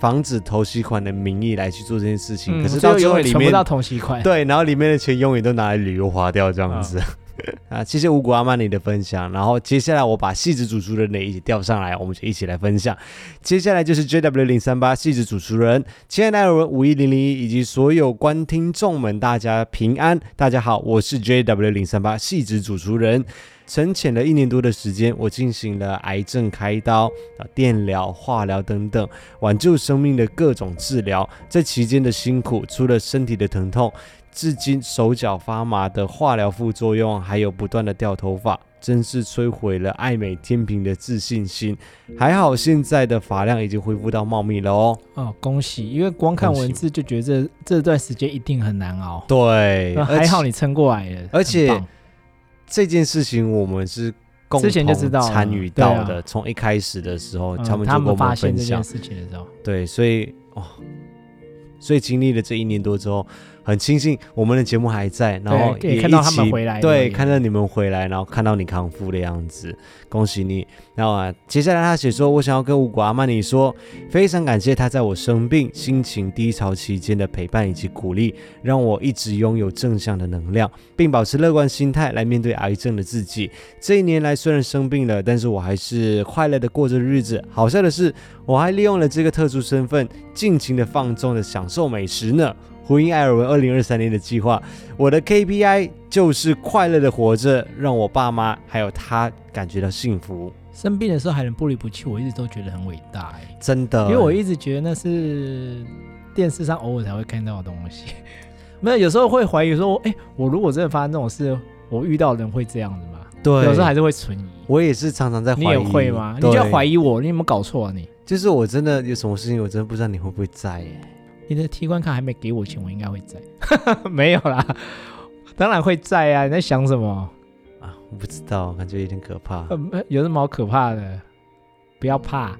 A: 防止投息款的名义来去做这件事情，可是
B: 最
A: 到
B: 后
A: 最
B: 永
A: 后
B: 远
A: 里
B: 存不
A: 面
B: 到同息款。
A: 对，然后里面的钱永远都拿来旅游花掉这样子。 *laughs* 啊，谢谢五谷阿曼尼的分享。然后接下来我把戏子主厨人的一起调上来，我们就一起来分享。接下来就是 JW 零三八戏子主厨人，亲爱的艾尔文五一零零一以及所有观听众们，大家平安，大家好，我是 JW 零三八戏子主厨人。沉潜了一年多的时间，我进行了癌症开刀、啊电疗、化疗等等，挽救生命的各种治疗。这期间的辛苦，除了身体的疼痛，至今手脚发麻的化疗副作用，还有不断的掉头发，真是摧毁了爱美天平的自信心。还好现在的发量已经恢复到茂密了哦。
B: 哦，恭喜！因为光看
A: 恭喜
B: 文字就觉得这这段时间一定很难熬， *laughs*
A: 对，
B: 那
A: 而
B: 还
A: 且
B: 好你撑过来了。
A: 而且
B: 很棒
A: 这件事情我们是共
B: 之前就知
A: 同
B: 道了
A: 参与
B: 对啊
A: 到的，从、一开始的时候、
B: 嗯
A: 哦他们就
B: 他
A: 跟我
B: 们发
A: 们
B: 现
A: 分
B: 这件
A: 享，
B: 事情的时候，
A: 对，所以哦，所以经历了这一年多之后，很庆幸我们的节目还在，然后
B: 可以
A: 也
B: 看到
A: 一
B: 他们
A: 起
B: 回来留
A: 对，
B: 言
A: 看到你们回来，然后看到你康复的样子，恭喜你。那、啊、接下来他写说，我想要跟五谷阿曼尼说，非常感谢他在我生病、心情低潮期间的陪伴以及鼓励，让我一直拥有正向的能量，并保持乐观心态来面对癌症的自己。这一年来虽然生病了，但是我还是快乐的过着日子。好笑的是，我还利用了这个特殊身份，尽情的放纵的享受美食呢。呼应艾尔文二零二三年的计划，我的 KPI 就是快乐的活着，让我爸妈还有他感觉到幸福。
B: 生病的时候还能不离不弃，我一直都觉得很伟大、欸，
A: 真的，
B: 因为我一直觉得那是电视上偶尔才会看到的东西。 *laughs* 没有，有时候会怀疑说，哎、我如果真的发生这种事，我遇到的人会这样子吗？
A: 对，
B: 有时候还是会存疑。
A: 我也是常常在怀
B: 你
A: 疑，
B: 也会吗？你
A: 对
B: 就要怀疑我，你有没有搞错啊你？
A: 就是我真的有什么事情，我真的不知道你会不会在耶。
B: 你的提款卡还没给我钱，我应该会在。 *laughs* 没有啦，当然会在啊！你在想什么？
A: 啊，我不知道，感觉有点可怕。
B: 呃，没有什么好可怕的？不要怕，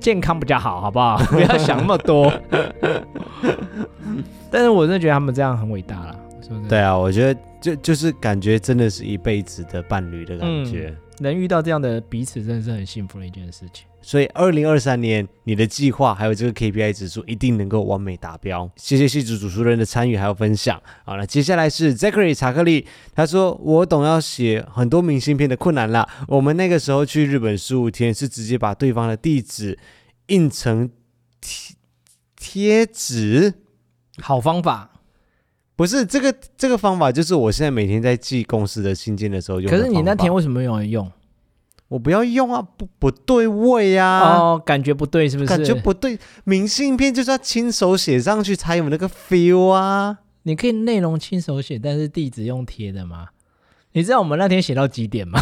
B: 健康比较好，好不 *laughs* 好？不要想那么多。 *laughs* 但是我真的觉得他们这样很伟大了，是不是？
A: 对，啊，我觉得就就是感觉真的是一辈子的伴侣的感
B: 嗯
A: 觉。
B: 能遇到这样的彼此，真的是很幸福的一件事情。
A: 所以，二零二三年你的计划还有这个 KPI 指数一定能够完美达标。谢谢戏主主持人的参与还有分享。好了，那接下来是 Zachary 查克利，他说：“我懂要写很多明信片的困难啦。我们那个时候去日本十五天，是直接把对方的地址印成贴贴纸。”
B: 好方法，
A: 不是这个这个方法，就是我现在每天在寄公司的信件的时候用的
B: 可
A: 方法。
B: 是你那天为什么没有人用？
A: 我不要用啊，不不对味啊，
B: 哦，感觉不对，是不是？
A: 感觉不对。明信片就是要亲手写上去才有那个 feel 啊。
B: 你可以内容亲手写，但是地址用贴的吗？你知道我们那天写到几点吗？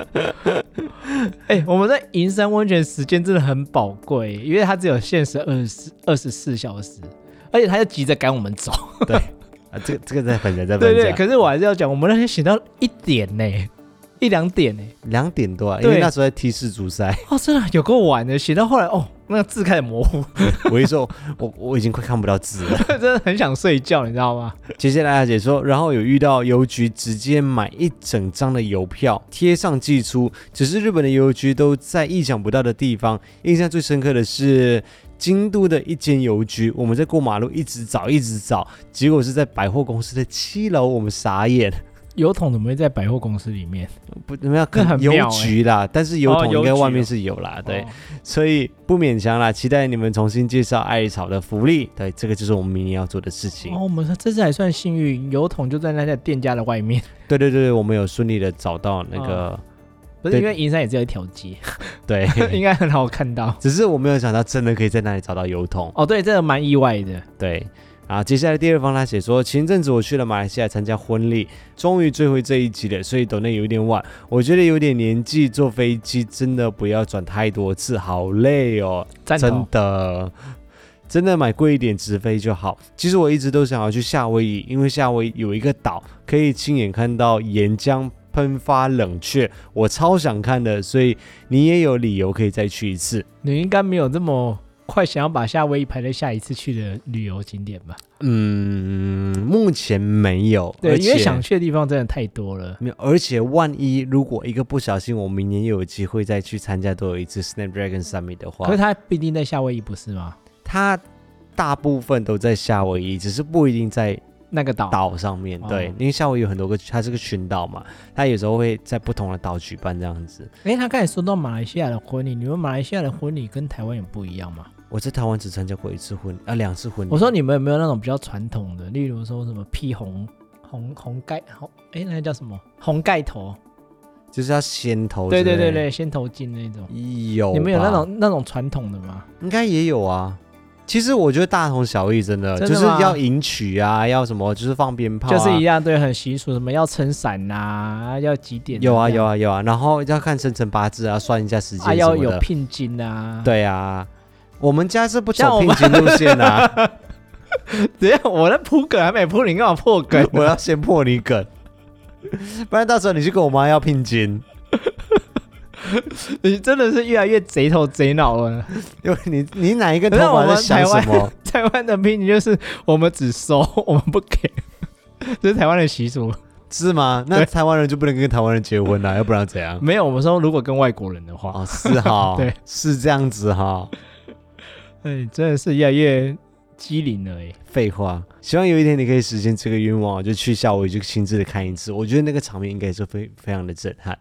B: *laughs* 哎、我们在银山温泉时间真的很宝贵，因为它只有限时二十二十四小时，而且他就急着赶我
A: *laughs*
B: 们走。
A: 啊，这个这个在粉的在
B: 对
A: 粉
B: 对，
A: 的，
B: 可是我还是要讲，我们那天写到一点呢、一两点呢、
A: 两点多啊，因为
B: 对
A: 那时候在踢世足赛， *laughs*
B: 哦，真的有够晚的，写到后来哦，那个字开始模糊， *laughs*
A: 我一说，我我已经快看不到字了。
B: 真的很想睡觉，你知道吗？
A: 接下来阿姐说，然后有遇到邮局直接买一整张的邮票贴上寄出，只是日本的邮局都在意想不到的地方。印象最深刻的是京都的一间邮局，我们在过马路一直找一直找，结果是在百货公司的七楼，我们傻眼。
B: 油桶怎么会在百货公司里面？
A: 不，没有
B: 那很
A: 邮
B: 妙欸
A: 局啦，但是邮
B: 哦
A: 筒
B: 邮
A: 应该
B: 局
A: 外
B: 哦
A: 面是有啦，对
B: 哦，，
A: 所以不勉强啦。期待你们重新介绍艾草的福利，对，这个就是我们明年要做的事情。
B: 哦，我们这次还算幸运，油桶就在那家店家的外面，
A: 对对对，我们有顺利的找到那个。
B: 哦不是
A: 对
B: 因为银山也只有一条街， *laughs*
A: 对，
B: 应该很好看到。
A: 只是我没有想到真的可以在那里找到油桶。
B: 哦，对，这个蛮意外的。
A: 对，然后接下来第二方他写说，前阵子我去了马来西亚参加婚礼，终于追回这一集了，所以抖内有点晚。我觉得有点年纪，坐飞机真的不要转太多次，好累哦。
B: 赞
A: 真
B: 同，
A: 的，真的买贵一点直飞就好。其实我一直都想要去夏威夷，因为夏威夷有一个岛可以亲眼看到岩浆喷发冷却，我超想看的，所以你也有理由可以再去一次。
B: 你应该没有这么快想要把夏威夷排在下一次去的旅游景点吧？
A: 嗯，目前没有，
B: 对，
A: 而
B: 因为
A: 且
B: 想去的地方真的太多了。
A: 没有，而且万一如果一个不小心，我明年又有机会再去参加多有一次 Snapdragon Summit 的话
B: 可是，它必定在夏威夷，不是吗？
A: 它大部分都在夏威夷，只是不一定在
B: 那个岛，
A: 岛上面，对，
B: 哦
A: 因为夏威夷有很多个，它是个群岛嘛，它有时候会在不同的岛举办这样子。
B: 哎，他刚才说到马来西亚的婚礼，你们马来西亚的婚礼跟台湾有不一样吗？
A: 我在台湾只参加过一次婚啊，两次婚礼。
B: 我说你们有没有那种比较传统的，例如说什么披红红红盖红，哎，那个叫什么红盖头？
A: 就是要先头，
B: 对对对，对，先投进那种。
A: 哦有吧
B: 你们有那种那种传统的吗？
A: 应该也有啊。其实我觉得大同小异，真的
B: 真的
A: 就是
B: 吗
A: 要迎娶啊，要什么就是放鞭炮、啊，
B: 就是一样，对，很习俗，什么要撑伞呐，要几点？
A: 有啊有
B: 啊，
A: 啊有啊，然后要看生辰八字啊，算一下时间
B: 啊
A: 什么
B: 要有
A: 的
B: 聘金啊。，
A: 对啊，我们家是不
B: 像
A: 走
B: 我
A: 聘
B: 们
A: 金路线
B: *laughs*
A: 啊，
B: 等一下我在铺梗还没铺，你干嘛破梗？
A: 我要先破你梗，不然到时候你去跟我妈要聘金。
B: *laughs* 你真的是越来越贼头贼脑了。 *laughs*
A: 因为你你哪一个头
B: 那我
A: 发在
B: 们
A: 想
B: 台
A: 什么
B: 湾？台湾的批评就是我们只收， *laughs* 我们不给，这是台湾的习俗。
A: 嗯是吗？那
B: 对
A: 台湾人就不能跟台湾人结婚啊
B: *laughs*
A: 了，要不然怎样？
B: 没有，我们说如果跟外国人的话，
A: 哦，是哈，
B: *laughs* 对，
A: 是这样子哈。
B: 哎，真的是越来越机灵了哎。
A: 废话，希望有一天你可以实现这个愿望，就去夏威夷就亲自的看一次，我觉得那个场面应该是非非常的震撼。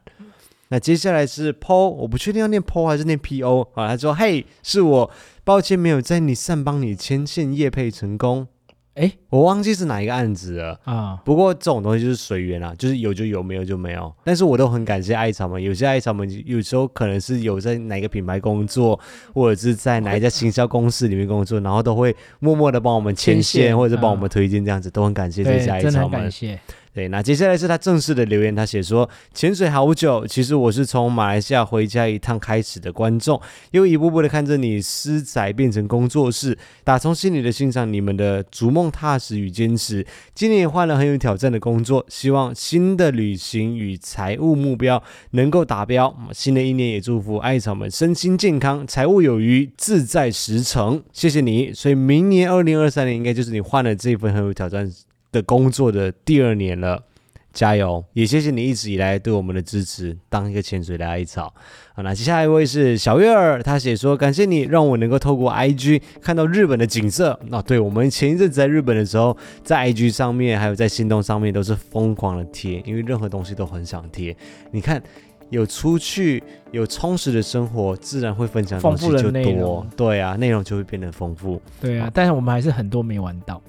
A: 那接下来是 PO，我不确定要念 PO 还是念 PO。好，他说：“嘿，是我，抱歉没有在你上帮你牵线业配成功。”
B: 哎
A: 我忘记是哪一个案子了。
B: 啊，
A: 不过这种东西就是随缘啦，就是有就有，没有就没有。但是我都很感谢艾草们，有些艾草们有时候可能是有在哪个品牌工作，或者是在哪一家行销公司里面工作，然后都会默默的帮我们牵
B: 牵
A: 线，
B: 线
A: 或者是帮我
B: 嗯
A: 们推荐这样子，都很感谢这
B: 对，
A: 些艾
B: 真的
A: 草
B: 很
A: 们
B: 感。谢。
A: 对，那接下来是他正式的留言，他写说：“潜水好久，其实我是从马来西亚回家一趟开始的观众，又一步步的看着你私宅变成工作室，打从心里的欣赏你们的逐梦踏实与坚持。今年也换了很有挑战的工作，希望新的旅行与财务目标能够达标。嗯新的一年也祝福艾草们身心健康，财务有余，自在时成。谢谢你。所以明年二零二三年应该就是你换了这份很有挑战的工作的第二年了。加油！也谢谢你一直以来对我们的支持，当一个潜水的艾草。好，那接下来一位是小月儿，她写说：“感谢你让我能够透过 IG 看到日本的景色。哦，对，我们前一阵子在日本的时候，在 IG 上面还有在心动上面都是疯狂的贴，因为任何东西都很想贴。你看，有出去，有充实的生活，自然会分享的东西
B: 丰富
A: 就
B: 的内
A: 多
B: 容。
A: 对啊，内容就会变得丰富。
B: 对
A: 好
B: 啊，但是我们还是很多没玩到，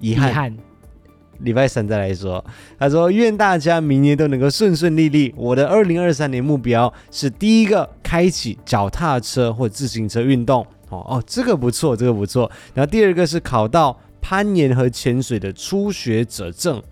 A: 遗
B: 遗
A: 憾
B: 憾。
A: 礼拜三再来说。他说：“愿大家明年都能够顺顺利利。我的二零二三年目标是第一个开启脚踏车或自行车运动。哦哦，这个不错，这个不错。然后第二个是考到攀岩和潜水的初学者证。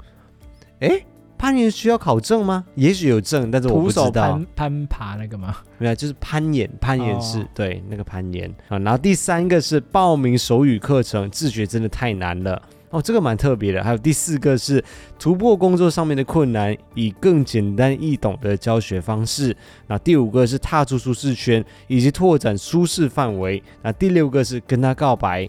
A: 诶，攀岩需要考证吗？也许有证，但是我
B: 徒
A: 不知
B: 手
A: 道
B: 攀。攀爬那个吗？
A: 没有，就是攀岩，攀岩是、
B: 哦
A: 对那个攀岩啊。然后第三个是报名手语课程，自学真的太难了。哦，这个蛮特别的。还有第四个是突破工作上面的困难，以更简单易懂的教学方式。那第五个是踏出舒适圈，以及拓展舒适范围。那第六个是跟他告白。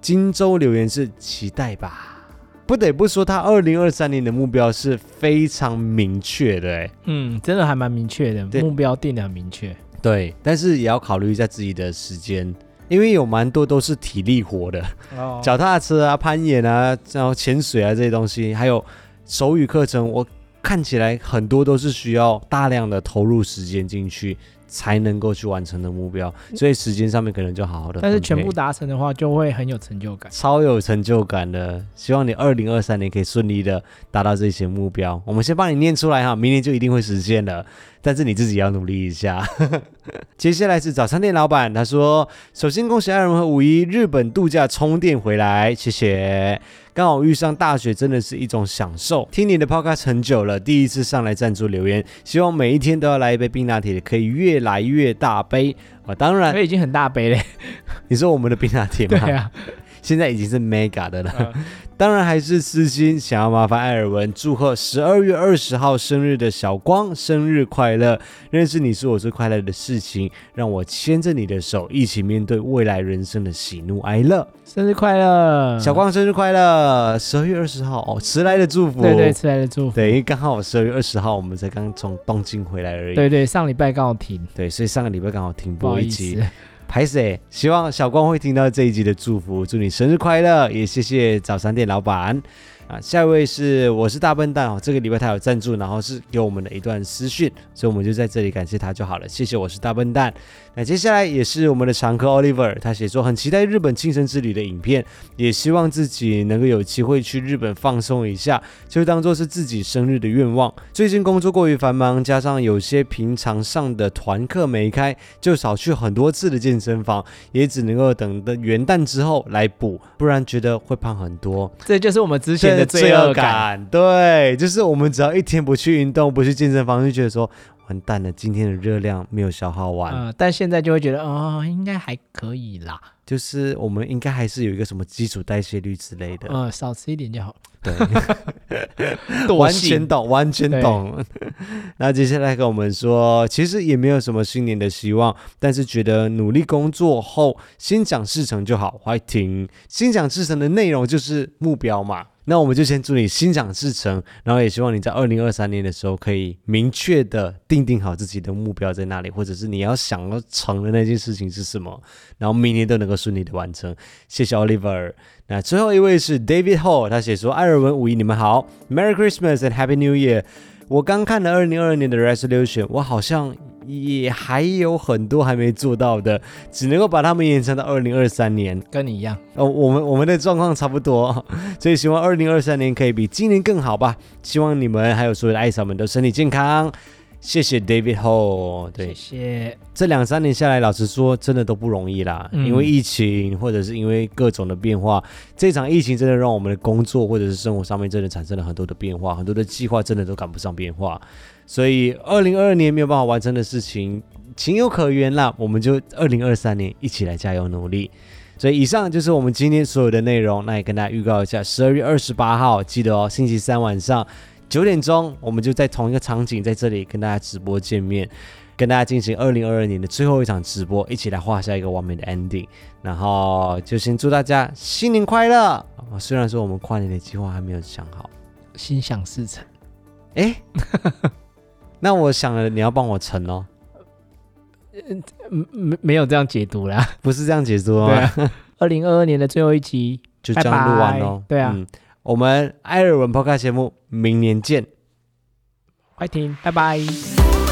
A: 荆州留言是期待吧。不得不说，他二零二三年的目标是非常明确的、欸，
B: 嗯，真的还蛮明确的，
A: 对
B: 目标定的很明确。
A: 对，但是也要考虑一下自己的时间，因为有蛮多都是体力活的，
B: 哦
A: 脚踏车啊、攀岩啊、然后潜水啊这些东西，还有手语课程，我看起来很多都是需要大量的投入时间进去才能够去完成的目标，所以时间上面可能就好好的。
B: 但是全部达成的话，就会很有成就感。
A: 超有成就感的，希望你二零二三年可以顺利的达到这些目标。我们先帮你念出来哈，明年就一定会实现了，但是你自己要努力一下。 *laughs* 接下来是早餐店老板，他说：“首先恭喜艾伦和五一日本度假充电回来，谢谢。刚好遇上大学，真的是一种享受。听你的 podcast 很久了，第一次上来赞助留言，希望每一天都要来一杯冰拿铁，可以越来越大杯啊！当然
B: 所，以已经很大杯嘞，
A: 你说我们的冰拿铁
B: *laughs* 对
A: 吗？
B: 啊，
A: 现在已经是 mega 的了。
B: 嗯
A: 当然还是私心想要麻烦艾尔文祝贺十二月二十号生日的小光生日快乐！认识你是我最快乐的事情，让我牵着你的手一起面对未来人生的喜怒哀乐。
B: 生日快乐，
A: 小，光生日快乐！十二月二十号哦，迟来的祝福。
B: 对对，迟来的祝福，
A: 对，因为刚好十二月二十号我们才刚从东京回来而已。
B: 对对，上礼拜刚好停，
A: 对，所以上个礼拜刚好停
B: 不好
A: 播一
B: 意
A: 集
B: 思，，
A: 拍谁？希望小光会听到这一集的祝福，祝你生日快乐！也谢谢早餐店老板啊。下一位是我是大笨蛋哦，这个礼拜他有赞助，然后是给我们的一段私讯，所以我们就在这里感谢他就好了。谢谢我是大笨蛋。那接下来也是我们的常客 Oliver，他写说很期待日本庆生之旅的影片，也希望自己能够有机会去日本放松一下，就当做是自己生日的愿望。最近工作过于繁忙，加上有些平常上的团课没开，就少去很多次的健身房，也只能够等到元旦之后来补，不然觉得会胖很多。
B: 这就是我们之
A: 这
B: 前的罪恶感，
A: 感，对，就是我们只要一天不去运动，不去健身房，就觉得说完
B: 嗯
A: 蛋了，今天的热量没有消耗完。
B: 呃嗯，但现在就会觉得哦，应该还可以啦，
A: 就是我们应该还是有一个什么基础代谢率之类的。
B: 呃，少吃一点就好。 *laughs*
A: 对，
B: 惰
A: 完
B: 性
A: 全懂，完全
B: 对
A: 懂。 *laughs* 那接下来跟我们说，其实也没有什么新年的希望，但是觉得努力工作后心想事成就好。欢迎，心想事成的内容就是目标嘛。那我们就先祝你心想事成，然后也希望你在二零二三年的时候可以明确的定定好自己的目标在哪里，或者是你要想要成的那件事情是什么，然后明年都能够顺利的完成。谢谢 Oliver。那最后一位是 David Hall，他写说：“艾尔文五一，你们好，Merry Christmas and Happy New Year。我刚看了二零二二年的 resolution，我好像也还有很多还没做到的，只能够把它们延长到二零二三年。
B: 跟你一样，
A: 哦，我们我们的状况差不多， *laughs* 所以希望二零二三年可以比今年更好吧。希望你们还有所有的爱嫂们都身体健康。谢谢 David Hall。对，
B: 谢谢。
A: 这两三年下来，老实说，真的都不容易啦。
B: 嗯
A: 因为疫情，或者是因为各种的变化，这场疫情真的让我们的工作或者是生活上面真的产生了很多的变化，很多的计划真的都赶不上变化。所以，二零二二年没有办法完成的事情，情有可原啦。我们就二零二三年一起来加油努力。所以以上就是我们今天所有的内容。那也跟大家预告一下，十二月二十八号，记得哦，星期三晚上九点钟，我们就在同一个场景在这里跟大家直播见面。跟大家进行二零二二年的最后一场直播，一起来画下一个完美的 ending。然后就先祝大家新年快乐！啊虽然说我们跨年的计划还没有想好，
B: 心想事成，
A: 诶， *laughs* 那我想了，你要帮我成哦，
B: 嗯没没有这样解读啦。
A: 不是这样解读哦，
B: 对啊， *laughs* 二零二二年的最后一集，
A: *laughs* 就这样录完哦。
B: 拜拜对啊
A: 嗯，我们艾尔文 Podcast 节目明年见。
B: 快听，拜拜。
C: 「